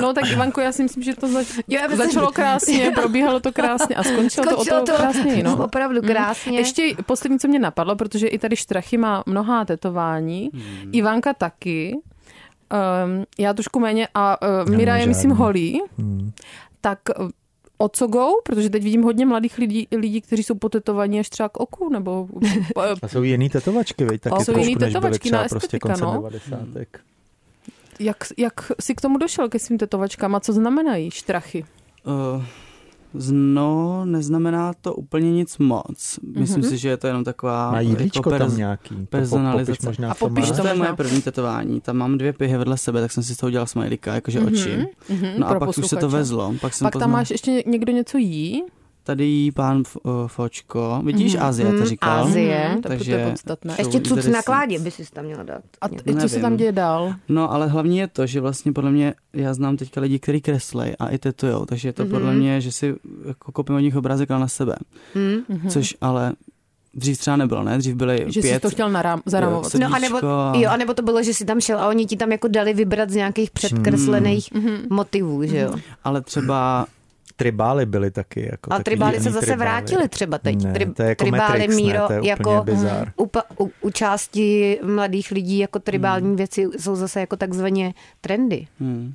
S4: No tak Ivanko, já si myslím, že to zač-
S3: Jo, já myslím-
S4: začalo krásně, probíhalo to krásně a skončilo, to o to krásně. No.
S3: opravdu
S4: Mm.
S3: krásně.
S4: Ještě poslední, co mě napadlo, protože i tady Štrachy má mnohá tetování, hmm. Ivanka taky, um, já trošku méně a uh, Mira je
S5: žádný.
S4: myslím holí,
S5: Hmm.
S4: tak eh, o co go? Protože teď vidím hodně mladých lidí, lidí kteří jsou potetovaní až třeba k oku, nebo eh,
S5: A jsou jiný tetovačky, veď? Taky
S4: A jsou
S5: trošku,
S4: jiný
S5: než byly
S4: tetovačky
S5: třeba
S4: na
S5: prostě
S4: estetika,
S5: koncem
S4: no.
S5: 90.
S1: Hmm.
S4: jak, jak jsi k tomu došel, ke svým tetovačkám a co znamenají štrachy?
S1: Uh, no, neznamená to úplně nic moc. Myslím
S4: Mhm.
S1: si, že je to jenom taková...
S5: Má jídlíčko
S1: jako
S5: tam
S1: perz-
S5: nějaký. To po-
S1: personalizace.
S5: Popiš možná,
S4: A
S5: co má.
S4: popiš
S1: To je moje
S4: možná.
S1: první tetování. Tam mám dvě pihy vedle sebe, tak jsem si z toho udělal smajlíka, jakože
S4: Mhm,
S1: oči.
S4: mhm,
S1: No a
S4: pro
S1: pak už se to
S4: posluchače.
S1: vezlo. Pak, jsem
S4: Pak
S1: poznal,
S4: tam máš ještě ně- někdo něco jí?
S1: Tady jí pán F- uh, Fočko. Vidíš,
S4: Mhm.
S1: Azie, to
S3: Mhm,
S1: říkal.
S3: Azie.
S4: Mhm, tak to
S1: Takže-
S4: je podstatné.
S1: Ještě
S3: Ještě
S1: jsou
S3: cuc na
S1: interesant.
S3: kládě by si tam měla dát.
S4: A t- co se
S1: nevím.
S4: tam děje dál?
S1: No, ale hlavně je to, že vlastně podle mě, já znám teďka lidi, kteří kreslej a i tetujou, takže je to
S3: Mhm.
S1: podle mě, že si jako koupím od nich obrázek ale na sebe,
S3: Hmm.
S4: Mhm.
S1: což ale dřív třeba nebylo, ne? Dřív byly
S4: Že
S1: pět
S4: jsi to chtěl narám, zaramovat.
S1: srdíčko
S3: No a nebo-
S1: a
S3: Jo, anebo to bylo, že si tam šel a oni ti tam jako dali vybrat z
S5: Hmm.
S3: nějakých předkreslených
S4: Mhm.
S3: motivů, že jo.
S1: Ale třeba
S5: Tribály byly taky. Jako
S3: A
S5: taky
S3: tribály
S5: divný
S3: se zase
S5: tribály.
S3: vrátily třeba teď.
S5: Ne,
S3: Tri-
S5: to je jako
S3: tribály,
S5: Matrix,
S3: míro,
S5: ne, to je úplně
S3: jako-
S5: bizar.
S3: U, pa- u, u části mladých lidí jako
S5: Hmm.
S3: tribální věci jsou zase jako takzvaně trendy.
S1: Hmm.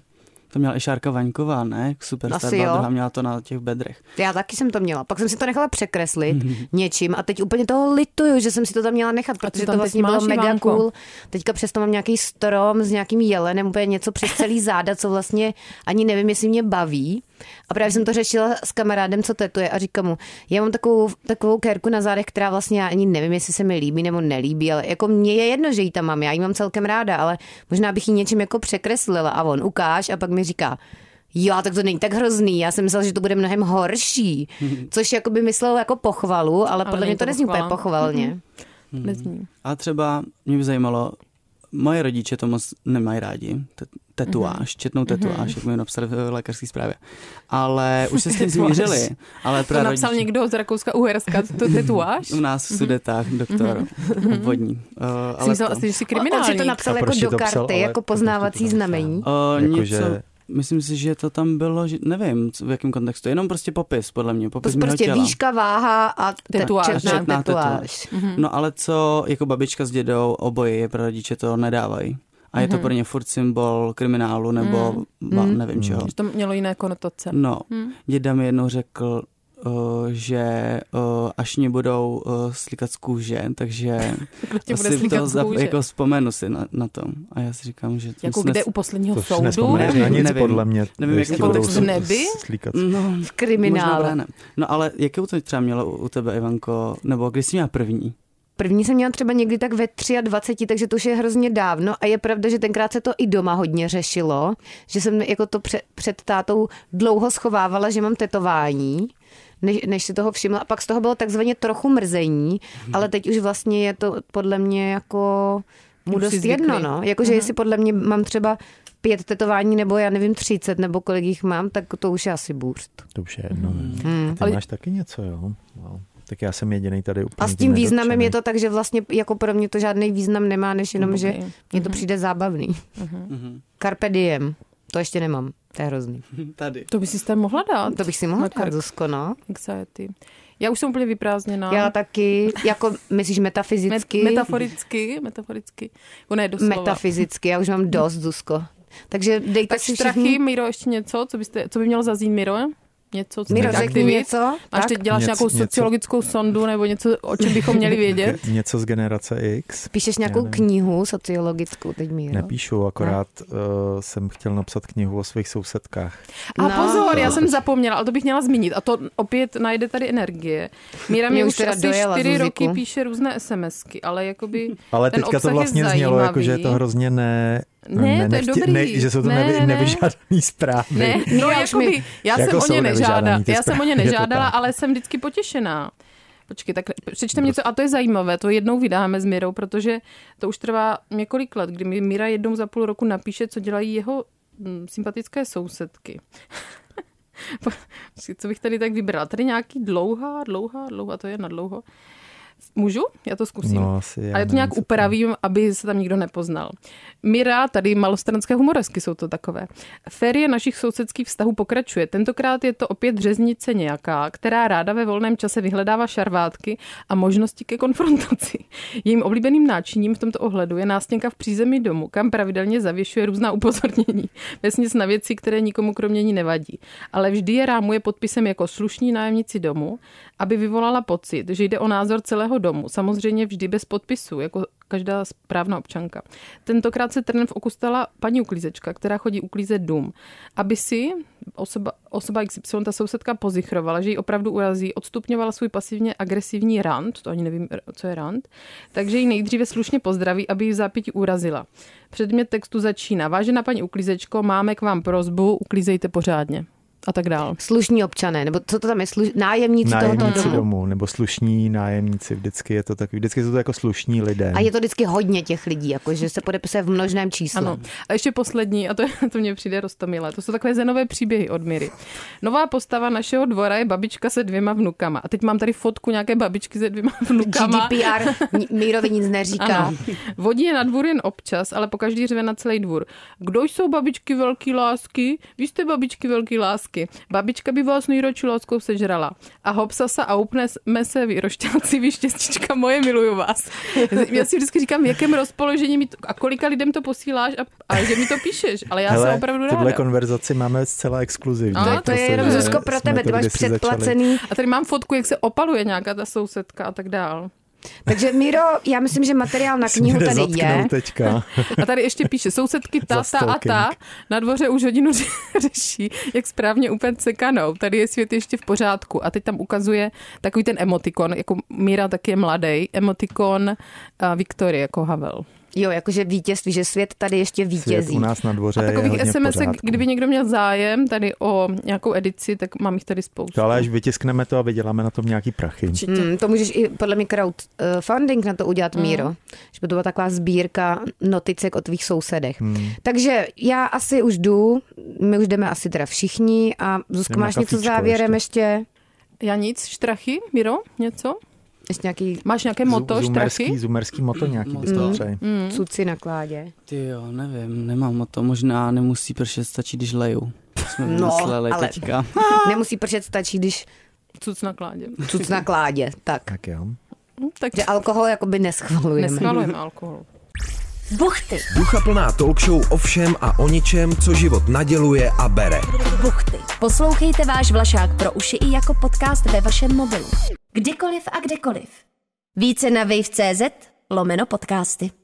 S1: To měla i Šárka Vaňková, ne? Superstar
S3: Asi jo.
S1: byla druhá, měla to na těch bedrech.
S3: Já taky jsem to měla. Pak jsem si to nechala překreslit
S5: Hmm.
S3: něčím a teď úplně toho lituju, že jsem si to tam měla nechat, protože
S4: tam
S3: to
S4: teď
S3: vlastně bylo
S4: máš,
S3: mega
S4: Ivanko?
S3: cool. Teďka přesto mám nějaký strom s nějakým jelenem, úplně něco přes celý záda, co vlastně ani nevím, jestli mě baví. A právě jsem to řešila s kamarádem, co tetuje a říkám mu, já mám takovou, takovou kérku na zádech, která vlastně já ani nevím, jestli se mi líbí nebo nelíbí, ale jako mně je jedno, že ji tam mám, já ji mám celkem ráda, ale možná bych ji něčím jako překreslila a on ukáž a pak mi říká, Jo, tak to není tak hrozný. Já jsem myslela, že to bude mnohem horší. Což jako by myslel jako pochvalu, ale, ale podle
S4: není
S3: mě to
S4: to
S3: nezní úplně
S4: pochvala.
S3: pochvalně.
S4: Nezní.
S1: A třeba mě by zajímalo, moje rodiče to moc nemají rádi, te-
S4: Mhm.
S1: tetuáž, četnou tetuáž, jak mi napsali v lékařské zprávě. Ale už se s tím
S4: Tetuáž.
S1: smířili. Ale
S4: To
S1: prarodiče-
S4: napsal někdo z Rakouska Uherska, to tetuáž?
S1: U nás v Sudetách, doktor obvodní. Uh,
S4: Mhm. Jsi
S1: ale
S4: myslel
S1: to,
S4: asi, že
S3: On
S4: jsi
S3: si
S4: kriminální.
S3: to napsal
S5: A
S3: jako
S5: proč
S3: do
S5: to psal,
S3: karty,
S5: ale
S3: jako
S5: proč to
S3: poznávací
S5: tam napsal?
S3: znamení.
S1: uh,
S5: Jako,
S1: něco,
S5: že-
S1: Myslím si, že to tam bylo, že, nevím, co- v jakém kontextu, jenom prostě popis, podle mě, popis
S3: Prostě
S1: mého těla.
S3: výška, váha a te-
S4: Tetuáž.
S3: četná
S1: Četná
S3: tetuáž.
S4: Mhm.
S1: No ale co, jako babička s dědou, oboje je pro rodiče to nedávají. A
S4: Mhm.
S1: je to pro ně furt symbol kriminálu nebo va, nevím čeho.
S4: Že to mělo jiné konotace.
S1: No,
S4: Mhm.
S1: děda mi jednou řekl, uh, že uh, až mě budou uh, slikat z kůže,
S4: *laughs*
S1: takže
S4: Kdo tě Prostě bude
S1: si to
S4: slíkat
S1: za,
S4: za,
S1: jako vzpomenu si na, na tom. A já si říkám, že... to
S4: jako
S1: jsem
S4: kde
S1: nes-
S4: u posledního
S5: To už
S4: soudu?
S5: nespomeneš na
S1: Nevím,
S5: nic,
S1: nevím.
S5: podle mě.
S1: Nevím,
S5: jestli
S1: jak
S5: budou
S4: kontext v
S5: s-
S4: nebi?
S5: slíkat.
S1: No,
S3: V kriminálu.
S1: Možná právě ne. No ale jakou to třeba mělo u u tebe, Ivanko, nebo kdy jsi měla první?
S3: První jsem měla třeba někdy tak ve 23, takže to už je hrozně dávno a je pravda, že tenkrát se to i doma hodně řešilo, že jsem jako to před, před tátou dlouho schovávala, že mám tetování, než, než si toho všimla. A pak z toho bylo takzvaně trochu mrzení,
S4: Mhm.
S3: ale teď už vlastně je to podle mě jako mu
S4: Už jsi
S3: dost
S4: zvyklý. Mhm.
S3: jedno, no. Jakože jestli podle mě mám třeba pět tetování nebo já nevím, 30 nebo kolik jich mám, tak to už je asi bůřt.
S5: To už je jedno.
S1: Mm.
S5: ne? A no, Ty
S4: Mm. Ale-
S5: máš taky něco, jo? Wow. Tak já jsem jediný tady úplně
S3: A s tím
S5: tím
S3: významem
S5: nedotčený.
S3: je to tak, že vlastně jako pro mě to žádný význam nemá, než jenom, že
S4: Dobrý.
S3: mně to přijde zábavný. Carpe diem, to ještě nemám, to je hrozný.
S1: Tady.
S4: To by si tam mohla dát.
S3: To bych si mohla
S4: Na
S3: dát,
S4: krk.
S3: Zuzko, no.
S4: Anxiety. Já už jsem úplně vyprázdněná.
S3: Já taky, jako myslíš metafyzicky?
S4: No. Met- metaforicky, metaforicky. Ono je doslova.
S3: metafyzicky, já už mám dost, Zuzko. Takže dejte
S4: tak
S3: si
S4: strachy,
S3: všichni...
S4: Miro, ještě něco, co, byste, co by mělo zaznít, Miro? Něco, co
S3: Miro,
S4: teď
S3: řekni
S4: aktivit?
S3: něco.
S4: Až
S3: Tak,
S4: teď děláš
S5: Něco-
S4: nějakou
S5: něco.
S4: sociologickou sondu nebo něco, o čem bychom
S5: *laughs*
S4: měli vědět?
S5: Ge- Něco z generace X?
S3: píšeš
S5: Já
S3: nějakou
S5: nevím.
S3: knihu sociologickou teď, Míro.
S5: Nepíšu, akorát uh, jsem chtěl napsat knihu o svých sousedkách.
S4: A
S3: No.
S4: pozor, já jsem zapomněla, ale to bych měla zmínit. A to opět najde tady energie. Míra mi
S3: Mě
S4: už
S3: už teda
S4: asi
S3: dojela,
S4: čtyři
S3: Zuziku.
S4: roky píše různé SMSky, ale jakoby
S5: Ale
S4: ten
S5: teďka
S4: obsah
S5: to vlastně
S4: je
S5: znělo, jako, že je to
S4: zajímavý.
S5: hrozně ne...
S4: Ne, to je dobrý.
S5: Ne, že jsou to
S4: Ne,
S5: nevy,
S4: ne.
S5: nevyžádaný zprávy.
S4: Ne,
S5: *laughs*
S4: no,
S3: já
S4: já,
S3: už
S4: jakoby,
S3: mi-
S4: já
S5: Jako
S4: jsem o
S5: jsou
S4: ně nežádala,
S5: nevyžádaný ty
S4: já jsem o ně
S5: zprávy, *laughs* je to
S4: nežádala,
S5: tak.
S4: ale jsem vždycky potěšená. Počkej, tak přečte mě to, a to je zajímavé, to jednou vydáme s Mirou, protože to už trvá několik let, kdy mi Mira *laughs* jednou za půl roku napíše, co dělají jeho mm, sympatické sousedky. Co bych tady tak vybrala? Tady nějaký dlouhá, dlouhá, dlouhá, to je na dlouho. Můžu? Já to zkusím.
S5: No, asi já
S4: A já to
S5: nevím,
S4: nějak
S5: co to je.
S4: upravím, aby se tam nikdo nepoznal. Mira, tady malostranské humoresky jsou to takové. Ferie našich sousedských vztahů pokračuje. Tentokrát je to opět řeznice nějaká, která ráda ve volném čase vyhledává šarvátky a možnosti ke konfrontaci. Jejím oblíbeným náčiním v tomto ohledu je nástěnka v přízemí domu, kam pravidelně zavěšuje různá upozornění, vesnic na věci, které nikomu kromě ní nevadí. Ale vždy je rámuje podpisem jako slušní nájemníci domu, aby vyvolala pocit, že jde o názor celého domu, samozřejmě vždy bez podpisu, jako každá správná občanka. Tentokrát se trnem v oku stala paní uklízečka, která chodí uklízet dům, aby si osoba, osoba XY, ta sousedka, pozichrovala, že ji opravdu urazí, odstupňovala svůj pasivně agresivní rant, to ani nevím, co je rant, takže ji nejdříve slušně pozdraví, aby ji v zápěti urazila. Předmět textu začíná. Vážená paní uklízečko, máme k vám prozbu, uklízejte pořádně. A tak dál.
S3: Slušní občané, nebo co to tam je, sluš... nájemníci, tohoto
S5: nájemníci
S3: domu.
S5: domů, nebo slušní nájemníci, vždycky je to tak, vždycky jsou to jako slušní lidé.
S3: A je to vždycky hodně těch lidí, jakože se podepisuje v množném číslu.
S4: Ano. A ještě poslední, a to, *laughs* to mě přijde roztomilé, to jsou takové zenové příběhy od Miry. Nová postava našeho dvora je babička se dvěma vnukama. A teď mám tady fotku nějaké babičky se dvěma *laughs* vnukama.
S3: GDPR ni- Mírovi nic neříká.
S4: Ano. Vodí No. je na dvůr jen občas, ale po každý řve na celý dvůr. Kdo jsou babičky velký lásky? Vy jste babičky velký lásky. Babička by vás nejročí láskou sežrala. A hopsa se a upneme se vy rošťáci, vy štěstička moje, miluju vás. Já si vždycky říkám, v jakém rozpoložení mi to, a kolika lidem to posíláš a, a že mi to píšeš, ale já
S5: Hele,
S4: jsem opravdu ráda.
S5: tuhle konverzaci máme zcela exkluzivní.
S4: Ano,
S3: To,
S4: No,
S3: je- to je
S5: protože
S3: jenom Zuzko pro
S5: jsme
S3: tebe,
S5: to
S3: ty máš
S5: kdysi začali.
S3: předplacený.
S4: A tady mám fotku, jak se opaluje nějaká ta sousedka a tak dál.
S3: Takže Míro, já myslím, že materiál na
S5: Jsme
S3: knihu tady je. *laughs*
S5: zatknout teďka.
S4: A tady ještě píše, sousedky ta,
S5: Za
S4: ta a
S5: stalking.
S4: ta na dvoře už hodinu *laughs* řeší, jak správně upéct sekanou. Tady je svět ještě v pořádku. A teď tam ukazuje takový ten emotikon, jako Míra taky je mladý, emotikon a Viktorie jako Havel.
S3: Jo, jakože vítězství, že svět tady ještě
S5: Svět
S3: vítězí.
S5: u nás na dvoře
S4: A takových
S5: je
S4: SMS,
S5: hodně
S4: kdyby někdo měl zájem tady o nějakou edici, tak mám jich tady spoustu.
S5: To ale až vytiskneme to a vyděláme na tom nějaký prachy.
S3: Hmm, to můžeš i podle mě crowdfunding na to udělat, Míro. Že by to byla taková sbírka noticek o tvých sousedech.
S5: Hmm.
S3: Takže já asi už jdu, my už jdeme asi teda všichni a Zuzko,
S5: Jdem na
S3: máš něco
S5: kafičko
S3: závěrem ještě? ještě?
S4: Já nic, štrachy, Miro, něco?
S3: nějaký
S4: Máš nějaké moto,
S5: Zu-
S4: štrachy?
S5: zumerský, zumerský moto nějaký bys to třeba.
S3: mm. cuci na kládě?
S1: Ty jo, nevím, nemám o to. Možná nemusí pršet, stačí, když leju. To Jsme vymysleli
S3: ale-
S1: teďka.
S3: Nemusí pršet, stačí, když
S4: Cuc na kládě.
S3: cuc na kládě. Tak.
S5: Tak jo.
S4: Hm, Tak
S3: Že alkohol jakoby neschvalujeme.
S4: neschvalujeme alkohol.
S6: Buchty,
S2: Duchaplná talk show o všem a o ničem, co život naděluje a bere.
S6: buchty. Poslouchejte váš Vlašák pro uši i jako podcast ve vašem mobilu. Kdykoliv a kdekoliv. Více na wave.cz lomeno podcasty.